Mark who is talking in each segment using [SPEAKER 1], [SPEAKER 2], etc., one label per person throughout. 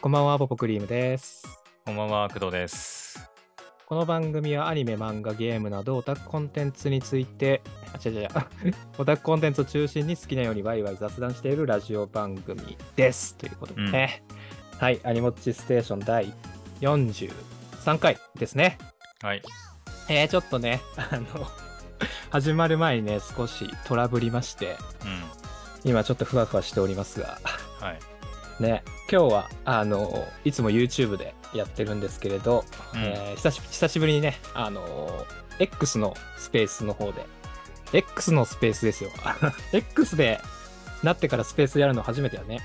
[SPEAKER 1] こんばんは、ポポクリームです。
[SPEAKER 2] こんばんは、工藤です。
[SPEAKER 1] この番組はアニメ、漫画、ゲームなどオタクコンテンツについて、あ、違う 違う、オタクコンテンツを中心に好きなようにワイワイ雑談しているラジオ番組です。ということでね、はい、アニモッチステーション第43回ですね。
[SPEAKER 2] はい。
[SPEAKER 1] えー、ちょっとね、あの、 始まる前にね、少しトラブりまして、
[SPEAKER 2] うん。
[SPEAKER 1] 今ちょっとふわふわしておりますが、
[SPEAKER 2] はい。
[SPEAKER 1] ね、今日は、あの、いつも YouTube でやってるんですけれど、
[SPEAKER 2] うん
[SPEAKER 1] えー久し久しぶりにね、あのー X のスペースの方で、X のスペース ですよ。X でなってからスペースやるの初めてやね、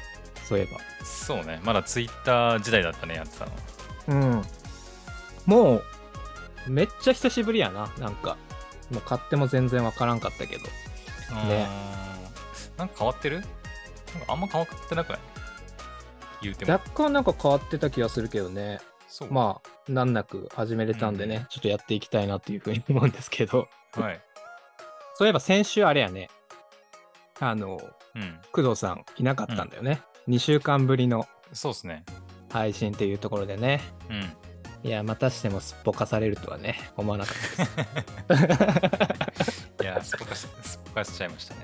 [SPEAKER 1] そういえ
[SPEAKER 2] そうね。まだツイッター時代だったね、やってたの。
[SPEAKER 1] ば。うん。もう、めっちゃ久しぶりやな、なんか。もう買っても全然わからんかったけど。ね
[SPEAKER 2] うーん。なんか変わってるなんかあんま変わってなくない言うても。
[SPEAKER 1] 若干なんか変わってた気がするけどね。
[SPEAKER 2] そう。
[SPEAKER 1] まあ、難なく始めれたんでね、
[SPEAKER 2] うん
[SPEAKER 1] ちょっとやっていきたいなっていうふうに思うんですけど。
[SPEAKER 2] はい。
[SPEAKER 1] そういえば先週あれやね、あの、
[SPEAKER 2] うん。
[SPEAKER 1] 工藤さんいなかったんだよね。2週間ぶりの
[SPEAKER 2] そうですね。
[SPEAKER 1] 配信っていうところでね。
[SPEAKER 2] うん。
[SPEAKER 1] いや、またしてもすっぽかされるとはね、思わなかったで
[SPEAKER 2] いや、すっぽかし、 すっぽかしちゃいましたね。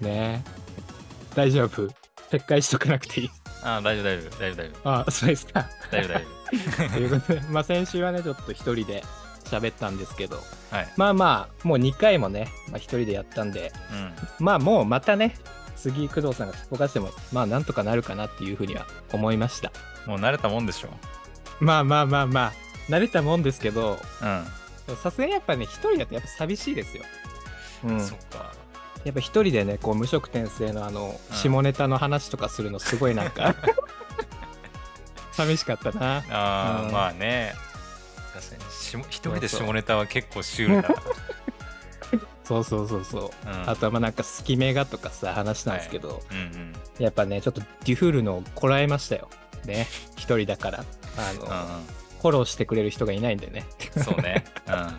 [SPEAKER 1] す。ね え大丈夫撤回しとかなくていい。
[SPEAKER 2] あー、大丈夫、大丈夫、大丈 夫、
[SPEAKER 1] ああ、そうですか。
[SPEAKER 2] 大丈夫。大丈
[SPEAKER 1] という ことで、まあ先週はね、ちょっと一人で喋ったんですけど、
[SPEAKER 2] 夫。はい。
[SPEAKER 1] まあまあ、もう2回もね、まあ、一人でやったんで、
[SPEAKER 2] うん。
[SPEAKER 1] まあもうまたね、次工藤さんがすっぽかしても、まあなんとかなるかなっていうふうには思いました。
[SPEAKER 2] もう慣れたもんでしょ。
[SPEAKER 1] まあまあまあまあ、慣れたもんですけど、
[SPEAKER 2] うん。
[SPEAKER 1] さすがにやっぱね、一人だとやっぱ寂しいですよ。うん、や
[SPEAKER 2] そっか。
[SPEAKER 1] っぱ一人でね、こう無職転生のあの、
[SPEAKER 2] うん
[SPEAKER 1] 下ネタの話とかするのすごいなん か、寂しかったな。
[SPEAKER 2] あ
[SPEAKER 1] う
[SPEAKER 2] あ、
[SPEAKER 1] ん
[SPEAKER 2] まあね。確かに。しも一人で下ネタは結構シュールだ な。
[SPEAKER 1] そうそうそうそう。
[SPEAKER 2] うん
[SPEAKER 1] あとはまあなんか好き目がとかさ、話したんですけど、
[SPEAKER 2] うんうん。
[SPEAKER 1] やっぱね、ちょっとデュフルのをこらえましたよ。ね、一人だから。あの、
[SPEAKER 2] うんうん。
[SPEAKER 1] フォローしてくれる人がいないんでね。
[SPEAKER 2] そうね。うん。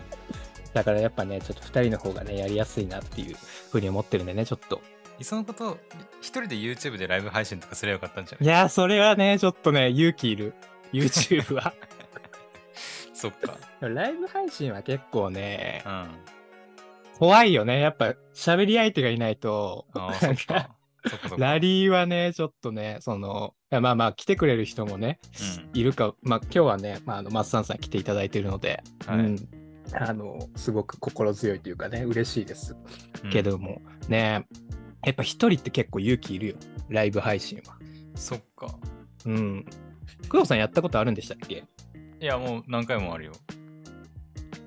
[SPEAKER 1] だからやっぱね、ちょっと二人の方がね、やりやすいなっていうふうに思ってるんでね、ちょっと。
[SPEAKER 2] いっそのこと、一人で YouTube でライブ配信とかすればよかったんじゃ
[SPEAKER 1] い
[SPEAKER 2] ない
[SPEAKER 1] やー、それはね、ちょっとね、勇気いる。YouTube は。
[SPEAKER 2] そっか。
[SPEAKER 1] でもライブ配信は結構ね
[SPEAKER 2] う、ん。あ
[SPEAKER 1] 怖いよね。やっぱ、喋り相手がいないと、
[SPEAKER 2] あ、
[SPEAKER 1] な
[SPEAKER 2] そ
[SPEAKER 1] ん
[SPEAKER 2] っ
[SPEAKER 1] か、
[SPEAKER 2] か。そっかそっか。
[SPEAKER 1] ラリーはね、ちょっとね、その、いやまあまあ、来てくれる人もね、
[SPEAKER 2] うん
[SPEAKER 1] いるか、まあ、今日はね、まあ、あの、マッサンさん来ていただいてるので、
[SPEAKER 2] はい
[SPEAKER 1] うんあの、すごく心強いというかね、嬉しいです。
[SPEAKER 2] うん
[SPEAKER 1] け。ども、ね、やっぱ一人って結構勇気いるよ。ライブ配信は。
[SPEAKER 2] そっか。
[SPEAKER 1] うん。工藤さんやったことあるんでしたっけ
[SPEAKER 2] いや、もう何回もあるよ。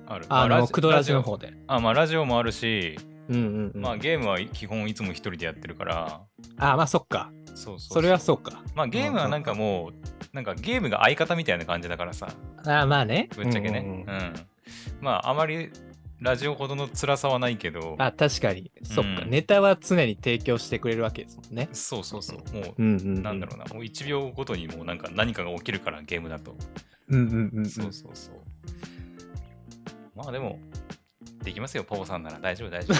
[SPEAKER 2] ある。
[SPEAKER 1] あ
[SPEAKER 2] ま
[SPEAKER 1] の、
[SPEAKER 2] ジ
[SPEAKER 1] クドラジの方で。
[SPEAKER 2] あ、まあ、ラジオもあるし、
[SPEAKER 1] うんうん、うん。
[SPEAKER 2] まあ、ゲームは基本いつも一人でやってるから、
[SPEAKER 1] あ、まあそっか。
[SPEAKER 2] そうそうそう。
[SPEAKER 1] それはそうか。
[SPEAKER 2] まあ、ゲームはなんかもう、なんかゲームが相方みたいな感じだからさ、
[SPEAKER 1] あまあね。
[SPEAKER 2] ぶっちゃけね。
[SPEAKER 1] う
[SPEAKER 2] うん
[SPEAKER 1] うんうん
[SPEAKER 2] んまあ、あまりラジオほどの辛さはないけど、
[SPEAKER 1] あ、確かに。そっか。
[SPEAKER 2] うん
[SPEAKER 1] ネタは常に提供してくれるわけですもんね。
[SPEAKER 2] そうそうそう。もう、
[SPEAKER 1] うんうん、
[SPEAKER 2] なんだろうな、もう1秒ごとにもうなんか何かが起きるから、ゲームだと。
[SPEAKER 1] う。うんうんうん。
[SPEAKER 2] そうそうそう。まあでも、できますよ、ポポさんなら大丈夫、大丈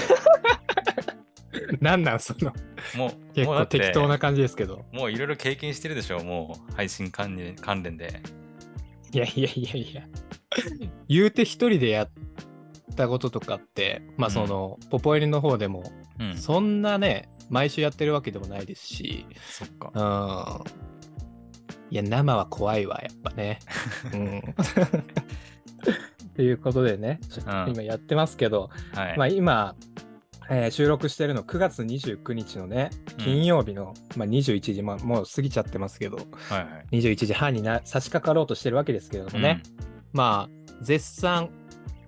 [SPEAKER 1] なんなんその、
[SPEAKER 2] 夫。もう、
[SPEAKER 1] 結
[SPEAKER 2] もうだ
[SPEAKER 1] 構
[SPEAKER 2] って
[SPEAKER 1] 適当な感じですけど。
[SPEAKER 2] もういろいろ経験してるでしょ、もう配信関連関連で。
[SPEAKER 1] いやいやいやいや。言うて一人でやったこととかって、まあその、ポポエリの方でも、
[SPEAKER 2] うん、そ
[SPEAKER 1] そんなね、毎週やってるわけでもないですし、
[SPEAKER 2] っ
[SPEAKER 1] う。
[SPEAKER 2] か
[SPEAKER 1] ん。いや、生は怖いわ、やっぱね。 うん。ということでね、ちょっと今やってますけど、
[SPEAKER 2] はい。
[SPEAKER 1] まあ、今、えー収録してるの9月29日のね金曜日の、まあ、21時、まあ、もう過ぎちゃってますけど
[SPEAKER 2] はいはい。
[SPEAKER 1] 21時半にな差し掛かろうとしてるわけですけれどもね、まあ絶賛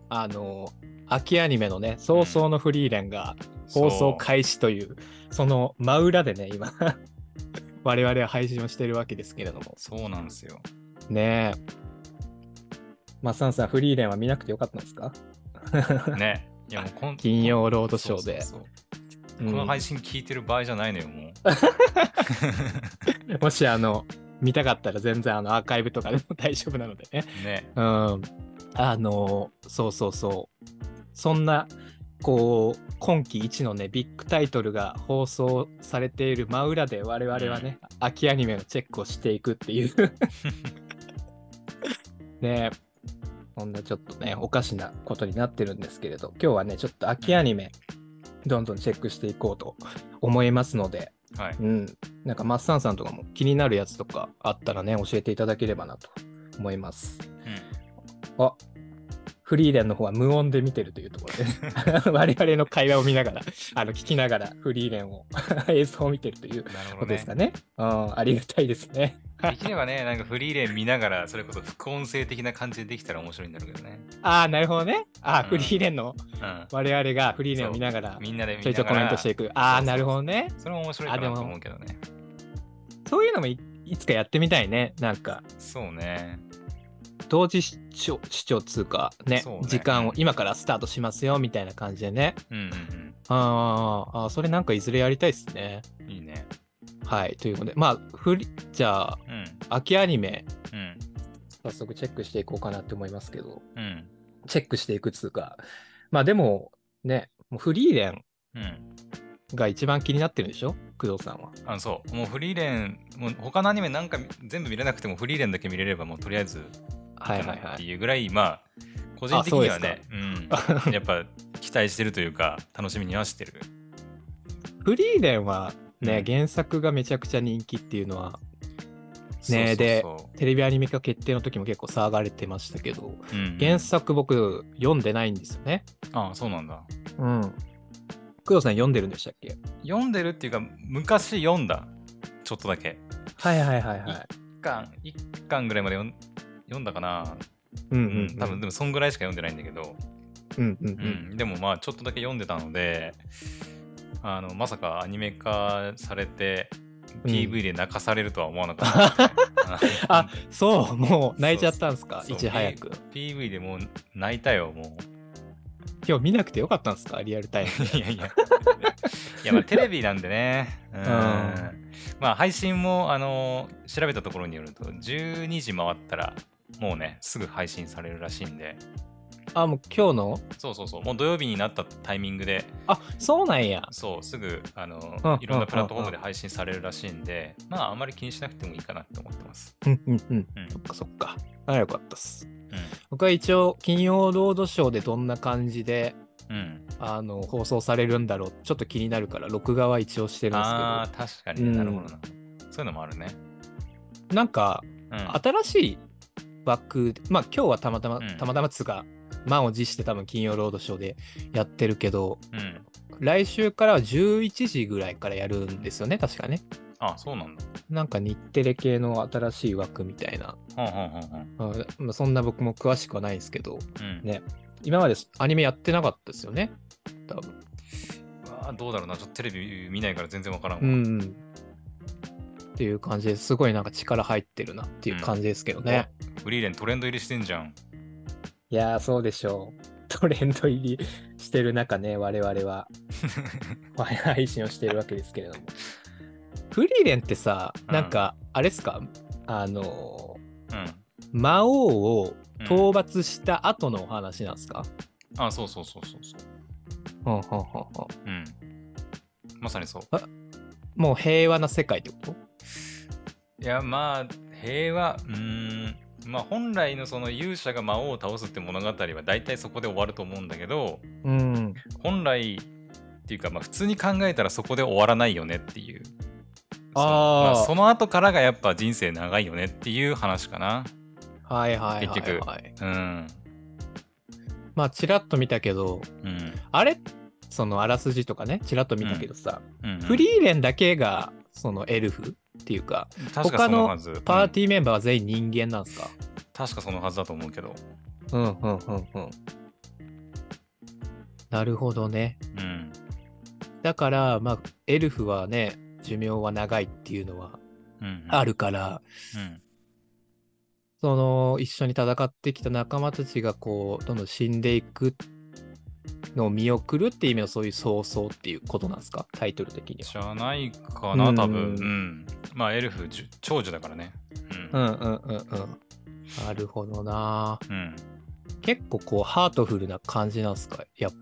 [SPEAKER 1] あの秋アニメのね「早々のフリーレン」が
[SPEAKER 2] うん、
[SPEAKER 1] 放送
[SPEAKER 2] い
[SPEAKER 1] 開始というその真裏でね今 我々は配信をしてるわけですけれども
[SPEAKER 2] そうなんですよ。
[SPEAKER 1] ねえマッサンさんフリーレンは見なくてよかったんですか
[SPEAKER 2] ね。いやもうこ ん
[SPEAKER 1] 金曜ロードショーで
[SPEAKER 2] そうそうそうこの配信聞いてる場合じゃないのよ、もう。
[SPEAKER 1] もしあの見たかったら全然あのアーカイブとかでも大丈夫なのでね。
[SPEAKER 2] ね。
[SPEAKER 1] うん。あのそうそうそう。そんなこう今季一のねビッグタイトルが放送されている真裏で我々はね、秋アニメのチェックをしていくっていうねえそんなちょっとねおかしなことになってるんですけれど今日はねちょっと秋アニメどんどんチェックしていこうと思いますので、
[SPEAKER 2] はい。
[SPEAKER 1] うん、なんかマッサンさんとかも気になるやつとかあったらね教えていただければなと思います。
[SPEAKER 2] う
[SPEAKER 1] あフリーレンの方は無音で見てるというところ
[SPEAKER 2] 。
[SPEAKER 1] で我々の会話を見ながらあの聞きながらフリーレンを 映像を見てるというん
[SPEAKER 2] なる
[SPEAKER 1] こと
[SPEAKER 2] ほど
[SPEAKER 1] ですか。
[SPEAKER 2] ね
[SPEAKER 1] ねうん、ありがたいですね
[SPEAKER 2] できればね、なんかフリーレン見ながら、それこそ副音声的な感じでできたら面白いんだろうけどね。
[SPEAKER 1] ああなるほどねあー、
[SPEAKER 2] うん
[SPEAKER 1] フリーレンの
[SPEAKER 2] うん。
[SPEAKER 1] 我々がフリーレンを見ながら
[SPEAKER 2] みんなで見
[SPEAKER 1] ちょ
[SPEAKER 2] ない
[SPEAKER 1] ちょい
[SPEAKER 2] が
[SPEAKER 1] コメン
[SPEAKER 2] ら
[SPEAKER 1] トしていくああ
[SPEAKER 2] そうそうそう
[SPEAKER 1] なるほどね
[SPEAKER 2] それも面白いか
[SPEAKER 1] あで
[SPEAKER 2] な
[SPEAKER 1] も
[SPEAKER 2] と思うけどね。
[SPEAKER 1] そういうのもいいつかやってみたいねなんか
[SPEAKER 2] そうね。
[SPEAKER 1] 同時視聴視聴通過ね
[SPEAKER 2] そうね
[SPEAKER 1] 時間を今からスタートしますよみたいな感じでね
[SPEAKER 2] うんうん
[SPEAKER 1] あーあーそれなんかいずれやりたいですね
[SPEAKER 2] うん。いいね。
[SPEAKER 1] はい、ということで、まあ、フリじゃあ、
[SPEAKER 2] うん。
[SPEAKER 1] 秋アニメ、
[SPEAKER 2] うん。
[SPEAKER 1] 早速チェックしていこうかなって思いますけど、
[SPEAKER 2] うん。
[SPEAKER 1] チェックしていくつうか、まあでも、ね、もうフリーレン
[SPEAKER 2] うん。
[SPEAKER 1] が一番気になってるんでしょ、工藤さんは。
[SPEAKER 2] あの、そう。もうフリーレン、もう他のアニメなんか全部見れなくてもフリーレンだけ見れれば、もうとりあえず
[SPEAKER 1] はいはい
[SPEAKER 2] っ
[SPEAKER 1] は
[SPEAKER 2] て
[SPEAKER 1] い。
[SPEAKER 2] いうぐらい、まあ、個人的にはね、
[SPEAKER 1] あそうですか
[SPEAKER 2] うん、やっぱ期待してるというか、楽しみにはしてる。
[SPEAKER 1] フリーレンはね、
[SPEAKER 2] うん
[SPEAKER 1] 原作がめちゃくちゃ人気っていうのは、ね
[SPEAKER 2] そうそう
[SPEAKER 1] テレビアニメ化決定の時も結構騒がれてましたけど、
[SPEAKER 2] そう、うん
[SPEAKER 1] 原作僕、読んでないんですよね。
[SPEAKER 2] ああ、そうなんだ。
[SPEAKER 1] うん。工藤さん読んでるんでしたっけ
[SPEAKER 2] 読んでるっていうか、昔読んだ、ちょっとだけ。
[SPEAKER 1] はいはいはいはい。
[SPEAKER 2] 1巻、一巻ぐらいまで読ん読んだかな。
[SPEAKER 1] うん
[SPEAKER 2] う
[SPEAKER 1] うんん、、
[SPEAKER 2] 多分、でも、そんぐらいしか読んでないんだけど、
[SPEAKER 1] うんうんう。
[SPEAKER 2] うんん、でも、まあ、ちょっとだけ読んでたので、あのまさかアニメ化されて、
[SPEAKER 1] うん
[SPEAKER 2] PV で泣かされるとは思わな かったですね、
[SPEAKER 1] あそう、もう泣いちゃったんですか、
[SPEAKER 2] そう
[SPEAKER 1] いち早く。
[SPEAKER 2] PV でもう泣いたよ、も
[SPEAKER 1] 今日見なくてよかったんですか、リアルタイム
[SPEAKER 2] う。いやいや。いや、まあ、テレビなんでね。うん。
[SPEAKER 1] ん
[SPEAKER 2] まあ、配信も、あのー調べたところによると、12時回ったら、もうね、すぐ配信されるらしいんで、
[SPEAKER 1] あ、もう今日の
[SPEAKER 2] そうそうそう、もう土曜日になったタイミングで、
[SPEAKER 1] あそうなんや。
[SPEAKER 2] そう、すぐ、あのー
[SPEAKER 1] うん
[SPEAKER 2] いろんなプラットフォームで配信されるらしいんで、まあ、あんまり気にしなくてもいいかなって思ってます。
[SPEAKER 1] うんうんうん。
[SPEAKER 2] うん。
[SPEAKER 1] そっかそっか。あよかったっす。
[SPEAKER 2] う
[SPEAKER 1] 僕は一応、金曜ロードショーでどんな感じで
[SPEAKER 2] ん。うん、
[SPEAKER 1] あの放送されるんだろう、ちょっと気になるから、録画は一応してるんです
[SPEAKER 2] ああ、確かに、
[SPEAKER 1] うん
[SPEAKER 2] なるほどな。そういうのもあるね。
[SPEAKER 1] けど、なんか、
[SPEAKER 2] うん。
[SPEAKER 1] 新しい枠、まあ、今日はたまたま、
[SPEAKER 2] うん
[SPEAKER 1] たまたまっつうか、満を持して多分金曜ロードショーでやってるけど、
[SPEAKER 2] うん、
[SPEAKER 1] 来週からは11時ぐらいからやるんですよね、確かね。
[SPEAKER 2] あそうなんだ。
[SPEAKER 1] なんか日テレ系の新しい枠みたいな、
[SPEAKER 2] ほんほんほんほん。
[SPEAKER 1] うんまあそんな僕も詳しくはないんですけど、
[SPEAKER 2] うん
[SPEAKER 1] ね今までアニメやってなかったですよね、多分。
[SPEAKER 2] あーどうだろうな、ちょっとテレビ見ないから全然わからんわ。
[SPEAKER 1] うん、うん。っていう感じですごいなんか力入ってるなっていう感じですけどね。
[SPEAKER 2] フリーレントレンド入りしてんじゃん。
[SPEAKER 1] いやー、そうでしょう。 トレンド入りしてる中ね、我々 は配信をしているわけですけれども。フリーレンってさ、なんか、あれですか、あの
[SPEAKER 2] うん。
[SPEAKER 1] ー魔王を
[SPEAKER 2] うん
[SPEAKER 1] 討伐した後のお話なんですか、
[SPEAKER 2] あ、そうそうそうそうそう。
[SPEAKER 1] ほんほんほんほん
[SPEAKER 2] うん。まさにそう。
[SPEAKER 1] もう平和な世界ってこと
[SPEAKER 2] いや、まあ、平和、うーん。まあ、本来のその勇者が魔王を倒すって物語は大体そこで終わると思うんだけど、
[SPEAKER 1] うん。
[SPEAKER 2] 本来っていうか、まあ、普通に考えたらそこで終わらないよねっていう。
[SPEAKER 1] あー
[SPEAKER 2] そのまあその後からがやっぱ人生長いよねっていう話かな。
[SPEAKER 1] はいはいは
[SPEAKER 2] 結
[SPEAKER 1] い、
[SPEAKER 2] 局
[SPEAKER 1] はい。
[SPEAKER 2] うん。
[SPEAKER 1] まあ、ちらっと見たけど、
[SPEAKER 2] うん。
[SPEAKER 1] あれそのあらすじとかね、ちらっと見たけどさ、
[SPEAKER 2] うん、
[SPEAKER 1] フリーレンだけが、そのエルフっていうか、
[SPEAKER 2] ー確かそのはず。
[SPEAKER 1] パー
[SPEAKER 2] ィー、
[SPEAKER 1] ティーメンバーは全員人間なんですか、
[SPEAKER 2] 確かそのはずだと思うけど。
[SPEAKER 1] うん、うんうんうん。なるほどね。
[SPEAKER 2] うん。
[SPEAKER 1] だから、まあ、エルフはね、寿命は長いっていうのは
[SPEAKER 2] うん
[SPEAKER 1] あるから、
[SPEAKER 2] うん
[SPEAKER 1] その一緒に戦ってきた仲間たちがこうどんどん死んでいくのを見送るっていう意味のそういう早々っていうことなんですかタイトル的に
[SPEAKER 2] じ
[SPEAKER 1] は。
[SPEAKER 2] ゃないかな、多分。
[SPEAKER 1] う
[SPEAKER 2] うんん。まあ、エルフ、じゅ長寿だからね。
[SPEAKER 1] うんうんうんうん。なるほどな。
[SPEAKER 2] うん。うん。
[SPEAKER 1] 結構こうハートフルな感じなんですかやっ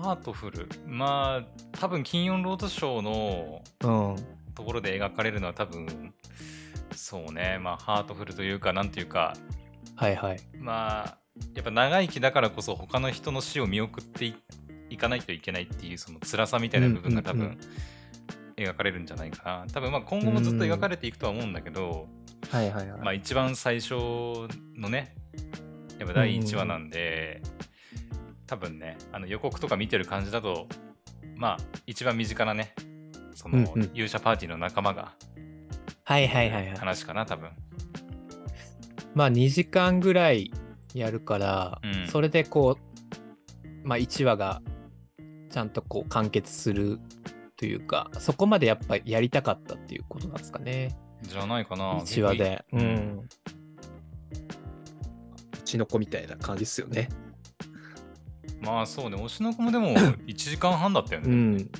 [SPEAKER 2] ハートフルまあ多分金曜ロードショーの
[SPEAKER 1] ぱうん
[SPEAKER 2] ところで描かれるのは多分そうねまあハートフルというかなんていうか
[SPEAKER 1] はいはい
[SPEAKER 2] まあやっぱ長生きだからこそ他の人の死を見送っていいかないといけないっていうその辛さみたいな部分が多
[SPEAKER 1] うんうん
[SPEAKER 2] 分描かれるんじゃないかな多分まあ今後もずっと描かれていくとは思うんだけど、
[SPEAKER 1] はいはいはい、
[SPEAKER 2] まあ一番最初のねやっぱ第1話なんで、多分ねあの予告とか見てる感じだとまあ一番身近なねその
[SPEAKER 1] うんうん
[SPEAKER 2] 勇者パーティーの仲間が
[SPEAKER 1] はいはいはいはい
[SPEAKER 2] 話かな多分
[SPEAKER 1] まあ2時間ぐらいやるから、
[SPEAKER 2] うん
[SPEAKER 1] それでこう、まあ、1話がちゃんとこう完結するというかそこまでやっぱやりたかったっていうことなんですかね
[SPEAKER 2] じゃないかな
[SPEAKER 1] 1話でう
[SPEAKER 2] うん
[SPEAKER 1] んうちの子みたいな感じですよね
[SPEAKER 2] まあそうね推しの子もで も1時間半だったよ
[SPEAKER 1] うん
[SPEAKER 2] ねうん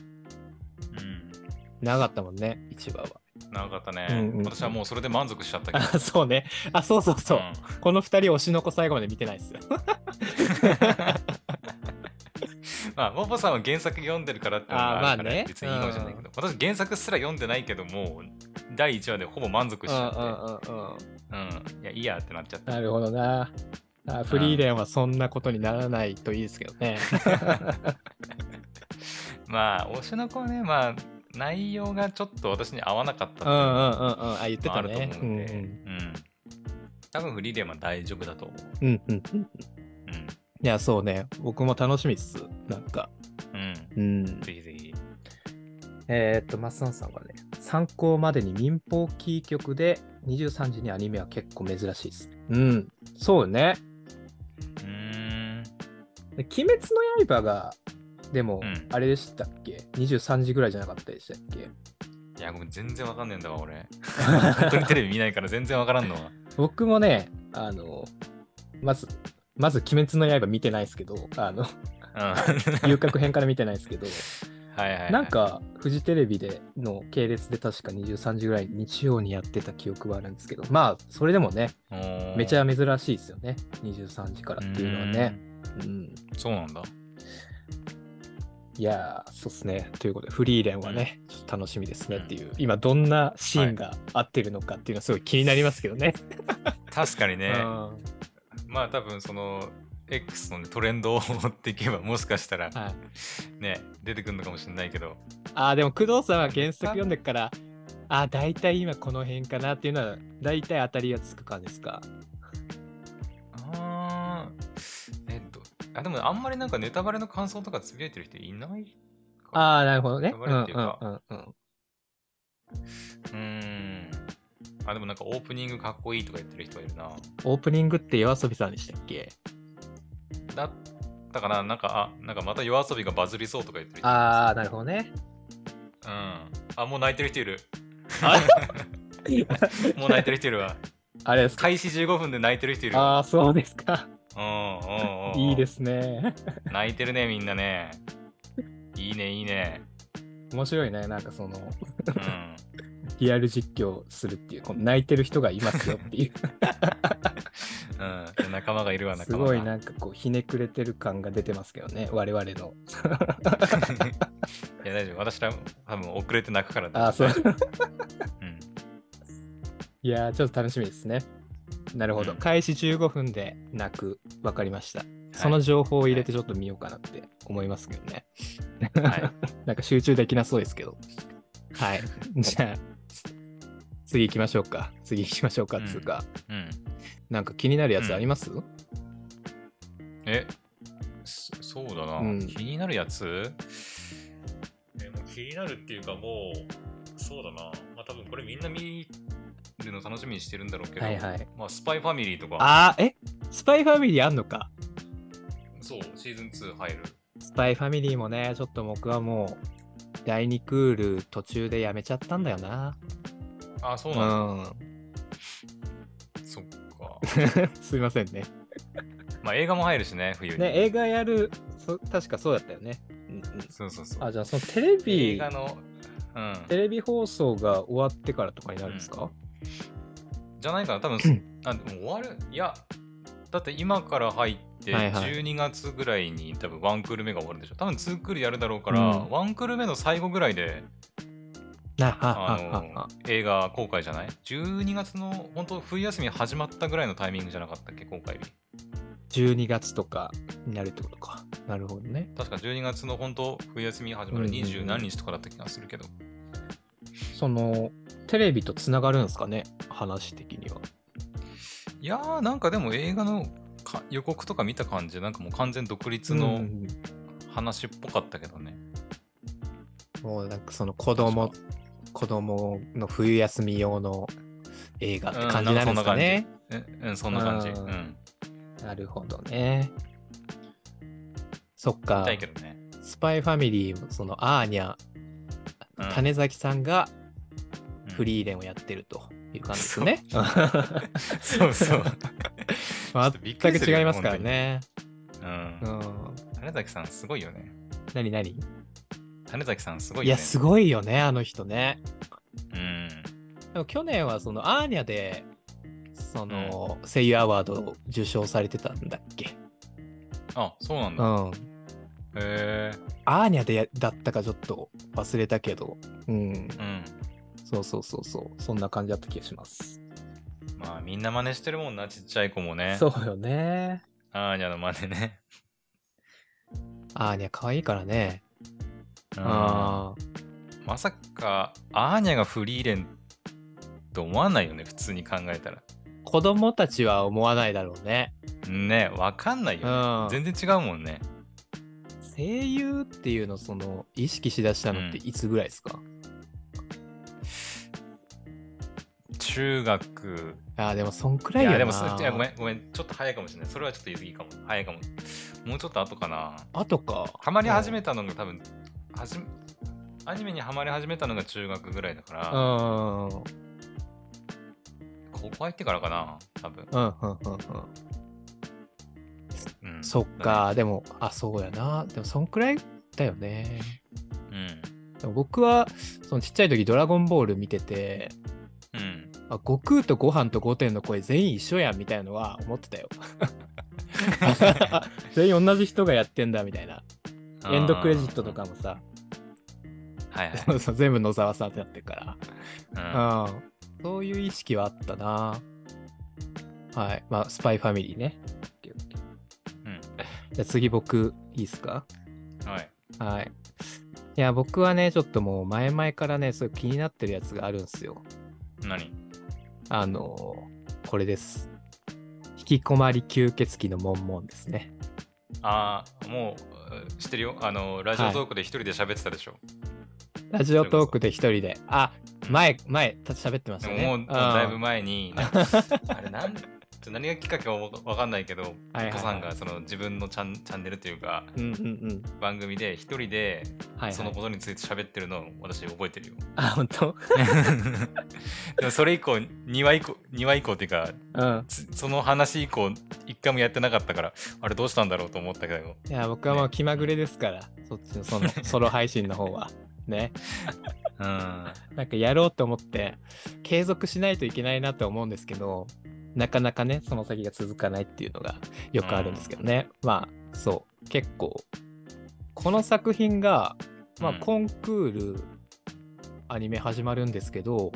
[SPEAKER 1] なかったもんね1話は
[SPEAKER 2] 長かったね、
[SPEAKER 1] うんうん
[SPEAKER 2] 私はもうそれで満足しちゃったけど
[SPEAKER 1] あ そうねあそうそうそう、
[SPEAKER 2] ん
[SPEAKER 1] この2人推しの子最後まで見てないっす
[SPEAKER 2] まあ、ボボさんは原作読んでるからっての
[SPEAKER 1] あー
[SPEAKER 2] が
[SPEAKER 1] ま
[SPEAKER 2] あ
[SPEAKER 1] あ
[SPEAKER 2] る
[SPEAKER 1] ね
[SPEAKER 2] から、別にいいかもしれないけ
[SPEAKER 1] うん
[SPEAKER 2] ど、私原作すら読んでないけどもう第1話でほぼ満足しちゃ
[SPEAKER 1] うんうんうんうん
[SPEAKER 2] って、うん、いやいいやってなっちゃった
[SPEAKER 1] なるほどな。あフリーレンはそんなことにならないといいですけどね。
[SPEAKER 2] まあ推しの子はねまあ内容がちょっと私に合わなかったって
[SPEAKER 1] うん
[SPEAKER 2] い
[SPEAKER 1] うんうんう
[SPEAKER 2] うのも
[SPEAKER 1] ん。あ、言って
[SPEAKER 2] あ
[SPEAKER 1] た
[SPEAKER 2] ると思
[SPEAKER 1] ね。う
[SPEAKER 2] うんん
[SPEAKER 1] う
[SPEAKER 2] で、うん
[SPEAKER 1] ん
[SPEAKER 2] 多分フリーレンは大丈夫だと思う、
[SPEAKER 1] うんうんうん。
[SPEAKER 2] うん
[SPEAKER 1] いや、そうね。僕も楽しみっす。なんか。
[SPEAKER 2] うん、
[SPEAKER 1] うん。
[SPEAKER 2] ぜひぜひ
[SPEAKER 1] えっと、マッサンさんはね、参考までに民放キー局で23時にアニメは結構珍しいっす。うん。そうね。
[SPEAKER 2] うーん
[SPEAKER 1] で鬼滅の刃が、でも
[SPEAKER 2] うん、
[SPEAKER 1] あれでしたっけ、?23 時ぐらいじゃなかったでしたっけ
[SPEAKER 2] いやごめん全然わかんねえんだわ俺本当にテレビ見ないから 全然わからんのは
[SPEAKER 1] 僕もね、あの、まず、まず、鬼滅の刃見てないですけど、あ の、
[SPEAKER 2] うんは
[SPEAKER 1] 遊郭編から見てないですけど、
[SPEAKER 2] いはいはい
[SPEAKER 1] なんか、フジテレビでの系列で確か23時ぐらいに日曜にやってた記憶はあるんですけど、まあ、それでもね、めち
[SPEAKER 2] ゃ
[SPEAKER 1] ゃ珍しいですよね、23時からっていうのはね。うん。
[SPEAKER 2] そうなんだ
[SPEAKER 1] いやー、そうっすね。ということで、フリーレンはね、ちょっと楽しみですねっていう、今、どんなシーンが合ってるのかっていうのはすごい気になりますけどね。
[SPEAKER 2] 確かにね、
[SPEAKER 1] うん
[SPEAKER 2] まあ多分その X の、ね、トレンドを追っていけばもしかしたら
[SPEAKER 1] はい
[SPEAKER 2] ね出てくるのかもしれないけど
[SPEAKER 1] あーでも工藤さんは原作読んでっから、あー大体今この辺かなっていうのは、大体当たりがつく感じですか。
[SPEAKER 2] あーえっとあでもあんまりなんかネタバレの感想とかつぶやいてる人いないか
[SPEAKER 1] ああ、なるほどね。
[SPEAKER 2] ネ
[SPEAKER 1] う
[SPEAKER 2] タバ
[SPEAKER 1] んうん
[SPEAKER 2] レっていうか
[SPEAKER 1] うんうん。
[SPEAKER 2] うーんあでもなんかオープニングかっこいいとか言ってる人がいるな
[SPEAKER 1] オープニングって夜遊びさんでしたっけ
[SPEAKER 2] だったかななんかあなんかまた夜遊びがバズりそうとか言ってる人
[SPEAKER 1] ああ、なるほどね。
[SPEAKER 2] うんあもう泣いてる人いる
[SPEAKER 1] あ
[SPEAKER 2] もう泣いてる人い るわ
[SPEAKER 1] あれですか
[SPEAKER 2] 開始15分で泣いてる人いるわ
[SPEAKER 1] ああ、そうですか。
[SPEAKER 2] うんうんうん
[SPEAKER 1] いいですすね。
[SPEAKER 2] 泣いてるねみんなねいいねいいね
[SPEAKER 1] 面白いね。なんかその、
[SPEAKER 2] うん
[SPEAKER 1] リアル実況するっていう、この泣いてる人がいますよ っていう、
[SPEAKER 2] うん、仲間がいるわ、仲
[SPEAKER 1] す
[SPEAKER 2] 間が。
[SPEAKER 1] ごいなんかこう、ひねくれてる感が出てますけどね、我々の。
[SPEAKER 2] いや、大丈夫。私ら多分遅れて泣くから
[SPEAKER 1] ああ、そう。
[SPEAKER 2] うん。
[SPEAKER 1] いやー、ちょっと楽しみですね。なるほど。
[SPEAKER 2] うん
[SPEAKER 1] 開始15分で泣く、わかりました。
[SPEAKER 2] い
[SPEAKER 1] その情報を入れてちょっと見ようかなって思いますけどね。
[SPEAKER 2] はい。
[SPEAKER 1] なんか集中できなそうですけど。はい。 じゃあ、次行きましょうか。次行きましょうか。つうか、
[SPEAKER 2] うん。
[SPEAKER 1] なんか気になるやつあります、
[SPEAKER 2] え、そそうだな、
[SPEAKER 1] うん
[SPEAKER 2] 気になるやつえもう気になるっていうか、もう、そうだな。まあ、多分これみんな見るの楽しみにしてるんだろうけど、
[SPEAKER 1] はいはい。
[SPEAKER 2] まあ、スパイファミリーとか、
[SPEAKER 1] あー、えスパイファミリーあんのか
[SPEAKER 2] そう、シーズン2入る。
[SPEAKER 1] スパイファミリーもね、ちょっと僕はもう、第2クール途中でやめちゃったんだよな。
[SPEAKER 2] あ、そう
[SPEAKER 1] う
[SPEAKER 2] なんだ。
[SPEAKER 1] ん。
[SPEAKER 2] そっか。
[SPEAKER 1] すいませんね。
[SPEAKER 2] まあ、映画も入るしね、冬に。
[SPEAKER 1] ね、映画やる、そ確かそうだったよね。うんうん、
[SPEAKER 2] そうそうそう。
[SPEAKER 1] あ、じゃあそのテレ
[SPEAKER 2] 映
[SPEAKER 1] ビ、
[SPEAKER 2] 画の、うん。
[SPEAKER 1] テレビ放送が終わってからとかになるんですか、
[SPEAKER 2] じゃないかな、多分あでも終わるいや、だって今から入って
[SPEAKER 1] はいはい
[SPEAKER 2] 12月ぐらいに多分ワンクール目が終わるでしょ多分ツークールやるだろうから、
[SPEAKER 1] うん
[SPEAKER 2] ワンクール目の最後ぐらいで、
[SPEAKER 1] なは
[SPEAKER 2] あ
[SPEAKER 1] はは
[SPEAKER 2] の映画公開じゃない ?12 月の本当冬休み始まったぐらいのタイミングじゃなかったっけ公開日
[SPEAKER 1] 12月とかになるってことか。なるほどね。
[SPEAKER 2] 確か12月の本当冬休み始ま
[SPEAKER 1] う
[SPEAKER 2] る
[SPEAKER 1] んうんうん
[SPEAKER 2] 二十何日とかだった気がするけど、
[SPEAKER 1] その、テレビとつながるんですかね話的には。
[SPEAKER 2] いやーなんかでも映画のか予告とか見た感じでなんかもう完全独立
[SPEAKER 1] う
[SPEAKER 2] の
[SPEAKER 1] ん
[SPEAKER 2] 話っぽかったけどね、
[SPEAKER 1] もうなんかその子供、子供の冬休み用の映画って感じになるんですかね。
[SPEAKER 2] えうんそんな感じ
[SPEAKER 1] あ
[SPEAKER 2] う
[SPEAKER 1] ー
[SPEAKER 2] ん
[SPEAKER 1] なるほどね。そっ
[SPEAKER 2] 見
[SPEAKER 1] か
[SPEAKER 2] た、いけどね
[SPEAKER 1] スパイファミリーもそのアーニャ、
[SPEAKER 2] うん
[SPEAKER 1] 種崎さんがフリーレンをやってるという感じですね。 そ
[SPEAKER 2] そうそう
[SPEAKER 1] 全く違いますからね。
[SPEAKER 2] うん
[SPEAKER 1] うん。
[SPEAKER 2] 種崎さんすごいよね
[SPEAKER 1] 何何
[SPEAKER 2] 種崎さんすごいよね
[SPEAKER 1] いや、すごいよね、あの人ね。
[SPEAKER 2] うん
[SPEAKER 1] でも去年はそのアーニャで、その声優アワードを受賞されてたんだっけ
[SPEAKER 2] あそうなん
[SPEAKER 1] う
[SPEAKER 2] だ
[SPEAKER 1] ん。
[SPEAKER 2] へ
[SPEAKER 1] アーニャでだったかちょっと忘れたけど、うん。
[SPEAKER 2] えうん
[SPEAKER 1] そうそうそうそう。そんな感じだった気がします。
[SPEAKER 2] まあみんな真似してるもんなちっちゃい子もね
[SPEAKER 1] そうよね。
[SPEAKER 2] あーにゃの真似ね
[SPEAKER 1] アーニャ可愛いからね。
[SPEAKER 2] うん
[SPEAKER 1] あ
[SPEAKER 2] まさかアーニャがフリーレンと思わないよね普通に考えたら
[SPEAKER 1] ー子供たちは思わないだろうね。
[SPEAKER 2] ねわかんないよ、
[SPEAKER 1] う
[SPEAKER 2] ね
[SPEAKER 1] ん。
[SPEAKER 2] 全然違うもんね
[SPEAKER 1] 声優っていうのその意識しだしたのっていつぐらいですか、
[SPEAKER 2] 中学
[SPEAKER 1] ああでもそんく
[SPEAKER 2] い
[SPEAKER 1] らいよな
[SPEAKER 2] やでもそいやごめんごめんちょっと早いかもしれないそれはちょっと言い過ぎかも早いかももうちょっと後かな
[SPEAKER 1] あとか
[SPEAKER 2] ハマり始
[SPEAKER 1] め
[SPEAKER 2] めたのが多分はじめアニメにハマり始めたのが中学ぐらいだか
[SPEAKER 1] う
[SPEAKER 2] ら、
[SPEAKER 1] んうんうん
[SPEAKER 2] 高校入ってからかな多分、
[SPEAKER 1] うんうん
[SPEAKER 2] うん、
[SPEAKER 1] そっか、でもあそうやなでもそんくらいだよね
[SPEAKER 2] だね
[SPEAKER 1] でも僕はそのちっちゃい時「ドラゴンボール」見てて
[SPEAKER 2] うんうん
[SPEAKER 1] あ悟空とご飯と御殿の声全員一緒やんみたいのは思って たよ全員同じ人がやってんだみたいなエンドクレジットとかもさ
[SPEAKER 2] はいはい、
[SPEAKER 1] そうそう全部野沢さんってなってるから
[SPEAKER 2] うん
[SPEAKER 1] うん、そういう意識はあったな。はい。まあ、スパイファミリーね。
[SPEAKER 2] うん
[SPEAKER 1] じゃあ次僕、いいっすか
[SPEAKER 2] はい
[SPEAKER 1] はい。いや、僕はね、ちょっともう前々からね、そういう気になってるやつがあるんすよ。
[SPEAKER 2] 何
[SPEAKER 1] あのーこれです。引きこまり吸血鬼のモンモンですね。
[SPEAKER 2] ああ、もううん知ってるよ。あの、ラジオトークで一人で喋ってたでしょ。
[SPEAKER 1] ラジオトークで一人で。あ、前、前、た喋ってました
[SPEAKER 2] でも
[SPEAKER 1] ね。
[SPEAKER 2] もう、
[SPEAKER 1] ん
[SPEAKER 2] だいぶ 前に、なんかあれなん、ちょっと何がきっかけかわわかんないけど、
[SPEAKER 1] はいはい
[SPEAKER 2] お子さんがその自分のチャンチャンネルというか、
[SPEAKER 1] うんうんうん。
[SPEAKER 2] 番組で一人で
[SPEAKER 1] はい、はい。
[SPEAKER 2] そのことについて喋ってるのを私覚えてるよ。
[SPEAKER 1] あ、本当
[SPEAKER 2] でもそれ以降、2話以降、2話以降っていうか、
[SPEAKER 1] うん。
[SPEAKER 2] つその話以降、一回もやってなかったから、あれどうしたんだろうと思ったけど、
[SPEAKER 1] いや、僕はもう気まぐれですから、そっちのそ のソロ配信の方は。ね。
[SPEAKER 2] うん。
[SPEAKER 1] なんかやろうと思って、継続しないといけないなと思うんですけど、なかなかね、その先が続かないっていうのがよくあるんですけどね。まあ、そう、結構。この作品が、まあ、
[SPEAKER 2] うん
[SPEAKER 1] コンクール、アニメ始まるんですけど、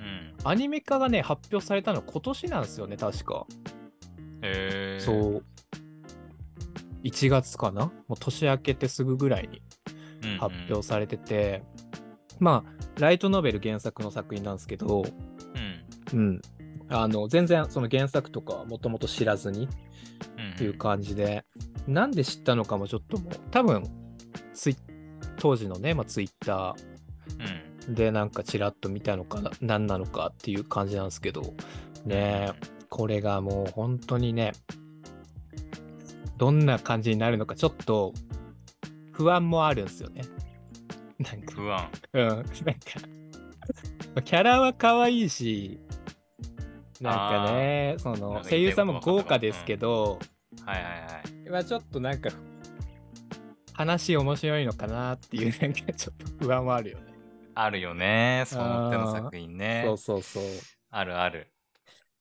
[SPEAKER 2] うん。
[SPEAKER 1] アニメ化がね、発表されたの今年なんですよね、確か。
[SPEAKER 2] えー、
[SPEAKER 1] そう。1月かなもう年明けてすぐぐらいに
[SPEAKER 2] うんうん
[SPEAKER 1] 発表されてて、まあライトノベル原作の作品なんですけど、
[SPEAKER 2] うん
[SPEAKER 1] うん、あの全然その原作とかはもともと知らずに
[SPEAKER 2] うん
[SPEAKER 1] っていう感じで、なんで知ったのかもちょっともう多分ツイ当時のね、まあ、ツイッタ
[SPEAKER 2] うん
[SPEAKER 1] ーでなんかちらっと見たのかな何なのかっていう感じなんですけどねえこれがもう本当にねどんな感じになるのかちょっと不安もあるんですよね。なんか
[SPEAKER 2] 不安
[SPEAKER 1] うん、なんか、キャラは可愛いし、なんかね、そ
[SPEAKER 2] なん
[SPEAKER 1] の
[SPEAKER 2] か
[SPEAKER 1] 声優さんも豪華ですけど、
[SPEAKER 2] はいはいはい
[SPEAKER 1] まあちょっとなんか、話面白いのかなっていう、 なんかちょっと不安はあるよね。
[SPEAKER 2] あるよねそう思っての作品ね
[SPEAKER 1] そうそうそう。い
[SPEAKER 2] あるある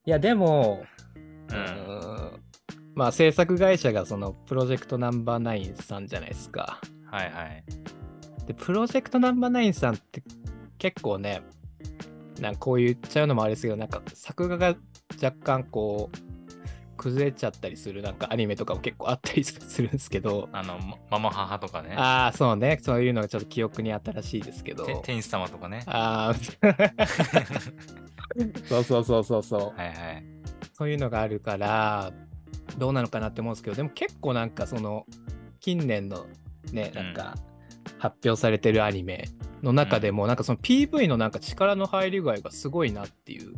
[SPEAKER 1] や、でも、
[SPEAKER 2] う
[SPEAKER 1] うんんまあ制作会社がそのプロジェクトナンバーナインさんじゃないですか。
[SPEAKER 2] はいはい。
[SPEAKER 1] で、プロジェクトナンバーナインさんって結構ね、なんかこう言っちゃうのもあれですけど、なんか作画が若干こう、崩れちゃったりする、なんかアニメとかも結構あったりするんですけ ど、
[SPEAKER 2] あの、まママ母とかね。
[SPEAKER 1] ああ、そうね、そういうのがちょっと記憶に新しいですけ
[SPEAKER 2] て
[SPEAKER 1] ど、。
[SPEAKER 2] 天使様とかね
[SPEAKER 1] あ あ、 そうそうそうそうそう。
[SPEAKER 2] はいはい。
[SPEAKER 1] そういうのがあるから、どうなのかなって思うんですけど、でも結構なんかその、近年のね、
[SPEAKER 2] うん
[SPEAKER 1] なんか、発表されてるアニメの中でも、なんかその PV のなんか力の入り具合がすごいなっていう、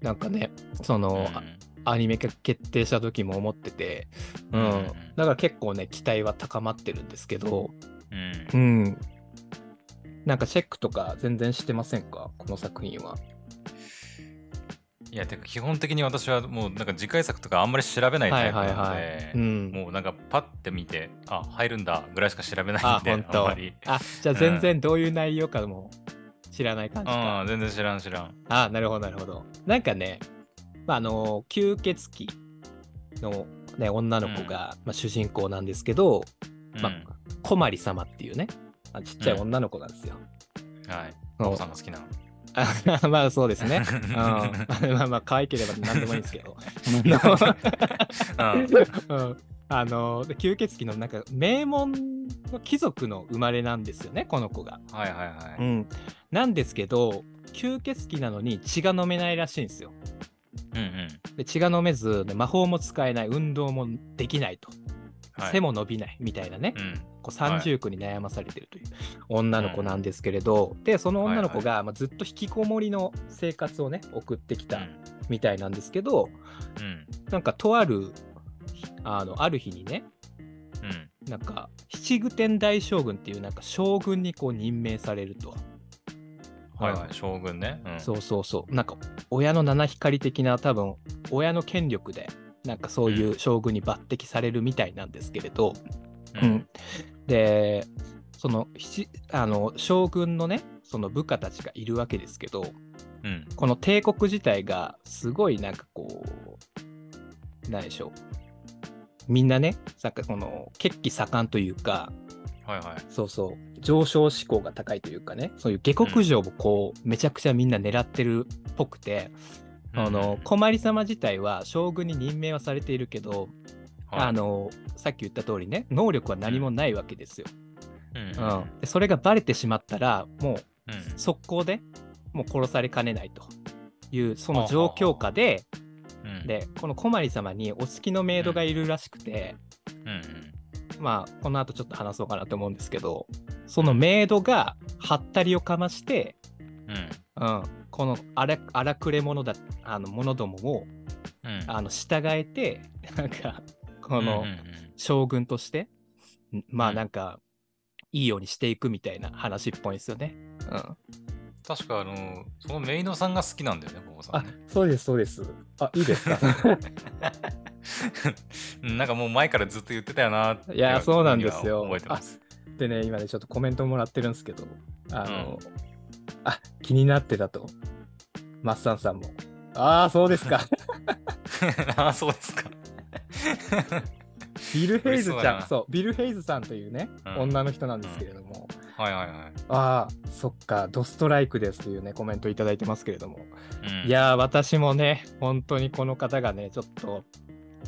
[SPEAKER 1] なんかね、その、
[SPEAKER 2] うん
[SPEAKER 1] アニメが決定した時も思ってて、う
[SPEAKER 2] うんうんん。
[SPEAKER 1] だから結構ね、期待は高まってるんですけど、
[SPEAKER 2] うん
[SPEAKER 1] うん。なんかチェックとか全然してませんかこの作品は。
[SPEAKER 2] いや、てか基本的に私はもうなんか次回作とかあんまり調べないタイプなので、
[SPEAKER 1] はいはいはいうん
[SPEAKER 2] もうなんかパッて見て、あ、入るんだぐらいしか調べない
[SPEAKER 1] あ
[SPEAKER 2] ん、で、あ
[SPEAKER 1] 本当。
[SPEAKER 2] ん
[SPEAKER 1] あ
[SPEAKER 2] まり。、
[SPEAKER 1] じゃあ全然どういう内容かも知らない感じか。
[SPEAKER 2] うん、全然知らん知らん。
[SPEAKER 1] あ、なるほど、なるほど。なんかね、まあ、あの、吸血鬼の、ね、女の子が、まあ、主人公なんですけど、
[SPEAKER 2] うん
[SPEAKER 1] まあ、小まり様っていうね、まあちっちゃい女の子なんですよ。
[SPEAKER 2] はい。
[SPEAKER 1] そ
[SPEAKER 2] お
[SPEAKER 1] う
[SPEAKER 2] 子さんが好きなの。
[SPEAKER 1] あまあ、そう です ね。うん、 まあまあまあ可愛ければ何でもいいんですけど。あ
[SPEAKER 2] うん。
[SPEAKER 1] の うんあので吸血鬼のなんか名門の貴族の生まれなんですよねこの子が。
[SPEAKER 2] はいはいは
[SPEAKER 1] う
[SPEAKER 2] い。
[SPEAKER 1] ん、なんですけど吸血鬼なのに血が飲めないらしいんですよ。
[SPEAKER 2] うんうん。
[SPEAKER 1] で血が飲めずで魔法も使えない運動もできないと、
[SPEAKER 2] はい
[SPEAKER 1] 背も伸びないみたいなね、
[SPEAKER 2] うん。
[SPEAKER 1] こう三重苦に悩まされてるという女の子なんですけれど、でその女の子が、まあ、ずっと引きこもりの生活をね送ってき
[SPEAKER 2] う
[SPEAKER 1] た
[SPEAKER 2] ん
[SPEAKER 1] みたいなんですけど、
[SPEAKER 2] うん。
[SPEAKER 1] なんかとあるあのある日にね
[SPEAKER 2] うん。
[SPEAKER 1] なんか七愚天大将軍っていうなんか将軍にこう任命されると。
[SPEAKER 2] はいはい。将軍ね。うん。
[SPEAKER 1] そうそうそう。なんか親の七光的な多分親の権力でなんかそういう将軍に抜擢されるみたいなんですけれど、
[SPEAKER 2] う
[SPEAKER 1] うん
[SPEAKER 2] ん。
[SPEAKER 1] でその七あの将軍のねその部下たちがいるわけですけど
[SPEAKER 2] うん。
[SPEAKER 1] この帝国自体がすごいなんかこう何でしょうみんなねなんかこの血気盛んというか
[SPEAKER 2] はいはい。
[SPEAKER 1] そうそう上昇志向が高いというかねそういう下克上をこう、めちゃくちゃみんな狙ってるっぽくて、あの
[SPEAKER 2] うん
[SPEAKER 1] 小まり様自体は将軍に任命はされているけど、
[SPEAKER 2] はい
[SPEAKER 1] あのさっき言った通りね能力は何もないわけですよ、
[SPEAKER 2] うん
[SPEAKER 1] うんでそれがバレてしまったらもう
[SPEAKER 2] うん
[SPEAKER 1] 速攻でもう殺されかねないというその状況下で
[SPEAKER 2] うん
[SPEAKER 1] でこの小まり様にお好きのメイドがいるらしくて。
[SPEAKER 2] うんうん
[SPEAKER 1] まあこの後ちょっと話そうかなと思うんですけどそのメイドがハったりをかまして、
[SPEAKER 2] うん
[SPEAKER 1] うん、この荒荒くれ者だあの者どもを
[SPEAKER 2] うん
[SPEAKER 1] あの従えて なんかこの
[SPEAKER 2] うんうんうん
[SPEAKER 1] 将軍として、んまあ
[SPEAKER 2] うん
[SPEAKER 1] なんかいいようにしていくみたいな話っぽいんですよね。うん、
[SPEAKER 2] 確かあのそのメイドさんが好きなんだよね、ここさんね。
[SPEAKER 1] そうですそうです。あいいです か
[SPEAKER 2] うんなんかもう前からずっと言ってたよなって
[SPEAKER 1] いやそうなんですよ
[SPEAKER 2] 覚えてます。
[SPEAKER 1] でね今ねちょっとコメントもらってるんですけどあの、あ気になってたとマッサンさんも。ああそうです か。
[SPEAKER 2] ああ、そうですか。
[SPEAKER 1] ビル・ヘイズち
[SPEAKER 2] 嬉しそう
[SPEAKER 1] ゃ
[SPEAKER 2] だ
[SPEAKER 1] ん、
[SPEAKER 2] な
[SPEAKER 1] そう、ビル・ヘイズさんというね、
[SPEAKER 2] うん
[SPEAKER 1] 女の人なんですけれども、
[SPEAKER 2] はいはいは
[SPEAKER 1] ああ、そっか、ドストライクですというね、コメントいただいてますけれども、
[SPEAKER 2] い。うん
[SPEAKER 1] いやー、私もね、本当にこの方がね、ちょっと、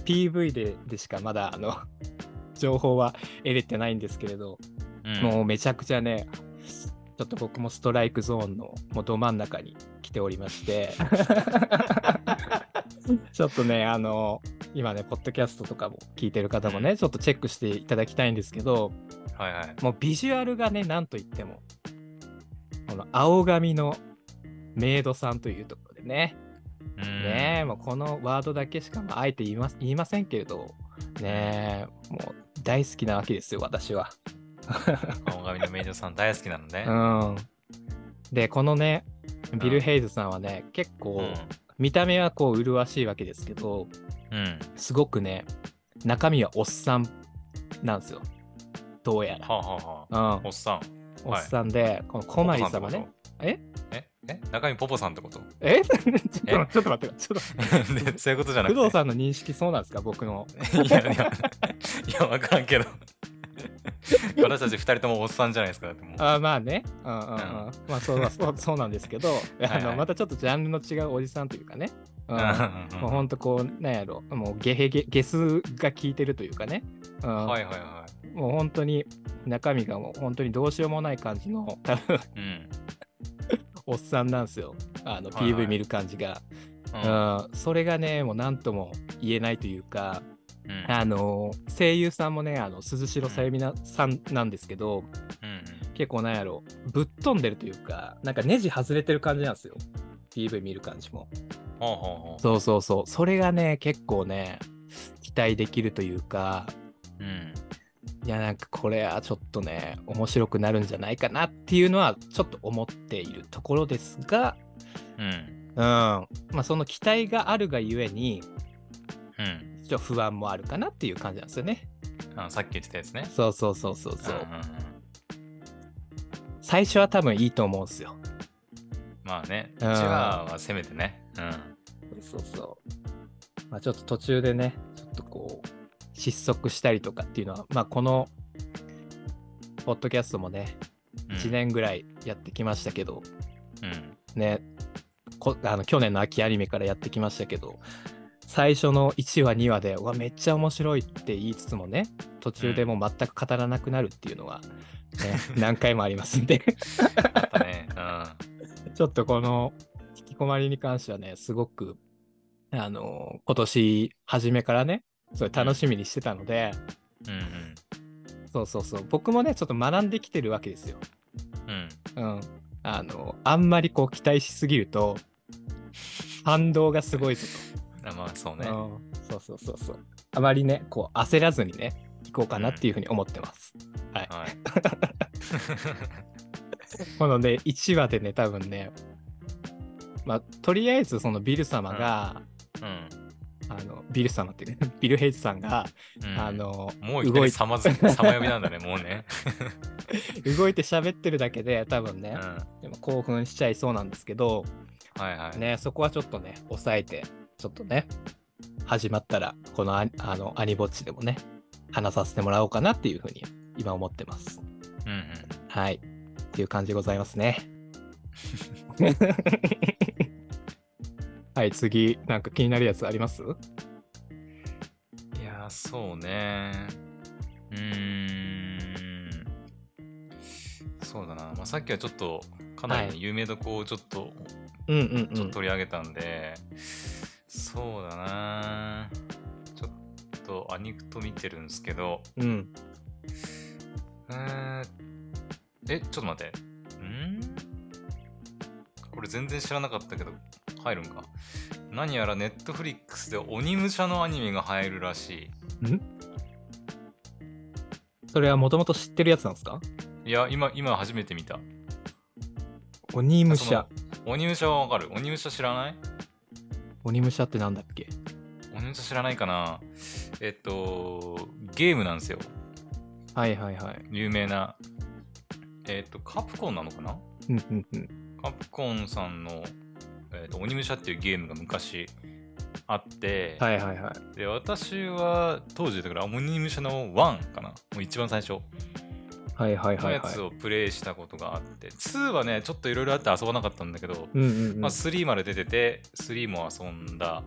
[SPEAKER 1] PV ででしかまだ、あの、 情報は得れてないんですけれど、
[SPEAKER 2] うん
[SPEAKER 1] もうめちゃくちゃね、ちょっと僕もストライクゾーンのもうど真ん中に来ておりま して、ちょっとね、あの、今ね、ポッドキャストとかも聞いてる方もね、ちょっとチェックしていただきたいんですけど、
[SPEAKER 2] はいはい。
[SPEAKER 1] もうビジュアルがね、なんといっても、この青髪のメイドさんというところでね、
[SPEAKER 2] うん
[SPEAKER 1] ねえ、もうこのワードだけしか、まあ、あえて言います言いませんけれど、ねえ、もう大好きなわけですよ、私は。
[SPEAKER 2] 青髪のメイドさん大好きなのね。
[SPEAKER 1] うん。で、このね、ビ
[SPEAKER 2] う
[SPEAKER 1] ル・
[SPEAKER 2] ん
[SPEAKER 1] ヘイズさんはね、結構、
[SPEAKER 2] うん
[SPEAKER 1] 見た目はこう、麗しいわけですけど、
[SPEAKER 2] うん。
[SPEAKER 1] すごくね、中身はおっさんなんですよ。どうや
[SPEAKER 2] はあはあはあ。
[SPEAKER 1] ら。うん
[SPEAKER 2] おっさん。
[SPEAKER 1] おっさんで、この小
[SPEAKER 2] お
[SPEAKER 1] ま
[SPEAKER 2] っ
[SPEAKER 1] り
[SPEAKER 2] さんっ
[SPEAKER 1] 様
[SPEAKER 2] てこ
[SPEAKER 1] ね。
[SPEAKER 2] と
[SPEAKER 1] え
[SPEAKER 2] ええ中身ポポさんってこと
[SPEAKER 1] えちょっとちょっと 待って、ちょっと待って
[SPEAKER 2] でそういうことじゃなく
[SPEAKER 1] 工
[SPEAKER 2] て
[SPEAKER 1] 藤さんの認識そうなんですか、僕の。
[SPEAKER 2] いやいやいや分から んけど私たち2人ともおっさんじゃないですかだってもう
[SPEAKER 1] あまあね、うんうんうん、まあそうそうそうなんですけど、
[SPEAKER 2] はい
[SPEAKER 1] あのまたちょっとジャンルの違うおじさんというかね、うん、も
[SPEAKER 2] うん
[SPEAKER 1] うほんとこう、なんやろ、もうゲヘゲゲスが効いてるというかね、うん
[SPEAKER 2] はいはいは
[SPEAKER 1] もう本当に中身がもう本当にどうしようもない感じの 多分
[SPEAKER 2] い。うん。
[SPEAKER 1] おっさんなんですよ、あの
[SPEAKER 2] はいはい
[SPEAKER 1] PV 見る感じが、
[SPEAKER 2] うん
[SPEAKER 1] うん。それがね、もう何とも言えないというか、
[SPEAKER 2] うん
[SPEAKER 1] あの声優さんもね、あの鈴代さゆみなさんなんですけど、
[SPEAKER 2] うん
[SPEAKER 1] 結構なんやろぶっ飛んでるというかなんかネジ外れてる感じなんですよ PV 見る感じも
[SPEAKER 2] ほうほうほう
[SPEAKER 1] そうそうそうそれがね結構ね期待できるというか
[SPEAKER 2] うん
[SPEAKER 1] いやなんかこれはちょっとね面白くなるんじゃないかなっていうのはちょっと思っているところですが
[SPEAKER 2] うん
[SPEAKER 1] うんまあその期待があるがゆえに
[SPEAKER 2] うん
[SPEAKER 1] ちょっと不安もあるかなっていう感じなんですよね
[SPEAKER 2] あさっき言ってたやつね。
[SPEAKER 1] そうそうそうそうそう、
[SPEAKER 2] んんん
[SPEAKER 1] 最初は多分いいと思うんですよ
[SPEAKER 2] まあね、うち
[SPEAKER 1] うん
[SPEAKER 2] わはせめてね。うん。
[SPEAKER 1] そうそう。まあ、ちょっと途中でね、ちょっとこう、失速したりとかっていうのは、まあ、この、ポッドキャストもね、
[SPEAKER 2] うん
[SPEAKER 1] 1。年ぐらいやってきましたけど、
[SPEAKER 2] うん。
[SPEAKER 1] ね、こあの去年の秋アニメからやってきましたけど、最初の1話、2話で、うわ、めっちゃ面白いって言いつつもね、途中でもう全く語らなくなるっていうのは、 ね何回もありますんで、
[SPEAKER 2] あったね。うん。
[SPEAKER 1] ちょっとこの引きこまりに関してはね、すごく、あの今年初めからね、それ楽しみにしてたので、
[SPEAKER 2] うん
[SPEAKER 1] そうそうそう、僕もね、ちょっと学んできてるわけですよ。
[SPEAKER 2] うん。うん。
[SPEAKER 1] うん。あの、あんまりこう期待しすぎると、反動がすごいぞ
[SPEAKER 2] あまあそう
[SPEAKER 1] と、
[SPEAKER 2] ね。
[SPEAKER 1] うん。そうそうそうそう。あまりね、こう焦らずにね、いこうかなっていうふうに思ってます。
[SPEAKER 2] はい。
[SPEAKER 1] このね、1話でね、多分ね、まあ、とりあえずそのビル様が、
[SPEAKER 2] うん。
[SPEAKER 1] あのビル様っていうね、ビル・ヘイズさんが、
[SPEAKER 2] うん
[SPEAKER 1] あ、の
[SPEAKER 2] もういきな
[SPEAKER 1] 動
[SPEAKER 2] り
[SPEAKER 1] い
[SPEAKER 2] さまず、さま呼びなんだね、もうね。
[SPEAKER 1] 動いて喋ってるだけで多分
[SPEAKER 2] うん。
[SPEAKER 1] ね、
[SPEAKER 2] は
[SPEAKER 1] でも興奮しちゃいそうなんですけど、
[SPEAKER 2] いはい。
[SPEAKER 1] ね、そこはちょっとね抑えてちょっとね始まったらこのああのアニぼっちでもね話させてもらおうかなっていうふうに今思ってます
[SPEAKER 2] うんうん。
[SPEAKER 1] はいっていう感じでございます ねはい次なんか気になるやつあります
[SPEAKER 2] いやー、そうね。うーん。そうだな。まあ、さっきはちょっと、かなり
[SPEAKER 1] は
[SPEAKER 2] ね有名どこをちょっと、
[SPEAKER 1] うんうんう
[SPEAKER 2] ちょっ
[SPEAKER 1] ん
[SPEAKER 2] と取り上げたんで、そうだな。ちょっと、アニクト見てるんですけど、
[SPEAKER 1] うん
[SPEAKER 2] えー、え、ちょっと待って。んこれ全然知らなかったけど、入るんか。何やらネットフリックスで鬼武者のアニメが入るらし
[SPEAKER 1] それはもともと知ってるやつなんですか
[SPEAKER 2] い。いや、今、今初めて見た。
[SPEAKER 1] 鬼武
[SPEAKER 2] その
[SPEAKER 1] 者
[SPEAKER 2] 鬼武者はわかる鬼武者知らない
[SPEAKER 1] 鬼武者ってなんだっけ
[SPEAKER 2] 鬼武者知らないかなえっと、ゲームなんですよ。
[SPEAKER 1] はいはいはい
[SPEAKER 2] 有名な。えっと、カプコンなのかな
[SPEAKER 1] うんうんうん
[SPEAKER 2] カプコンさんの、えっと、鬼武者っていうゲームが昔あって、
[SPEAKER 1] はいはいはい
[SPEAKER 2] で、私は当時だから鬼武者の1かなもう一番最初
[SPEAKER 1] はいはい
[SPEAKER 2] の
[SPEAKER 1] はい
[SPEAKER 2] や
[SPEAKER 1] はい
[SPEAKER 2] つをプレイしたことがあって、2はね、ちょっといろいろあって遊ばなかったんだけど、
[SPEAKER 1] うんうんうん
[SPEAKER 2] まあ、3まで出てて3も遊んだ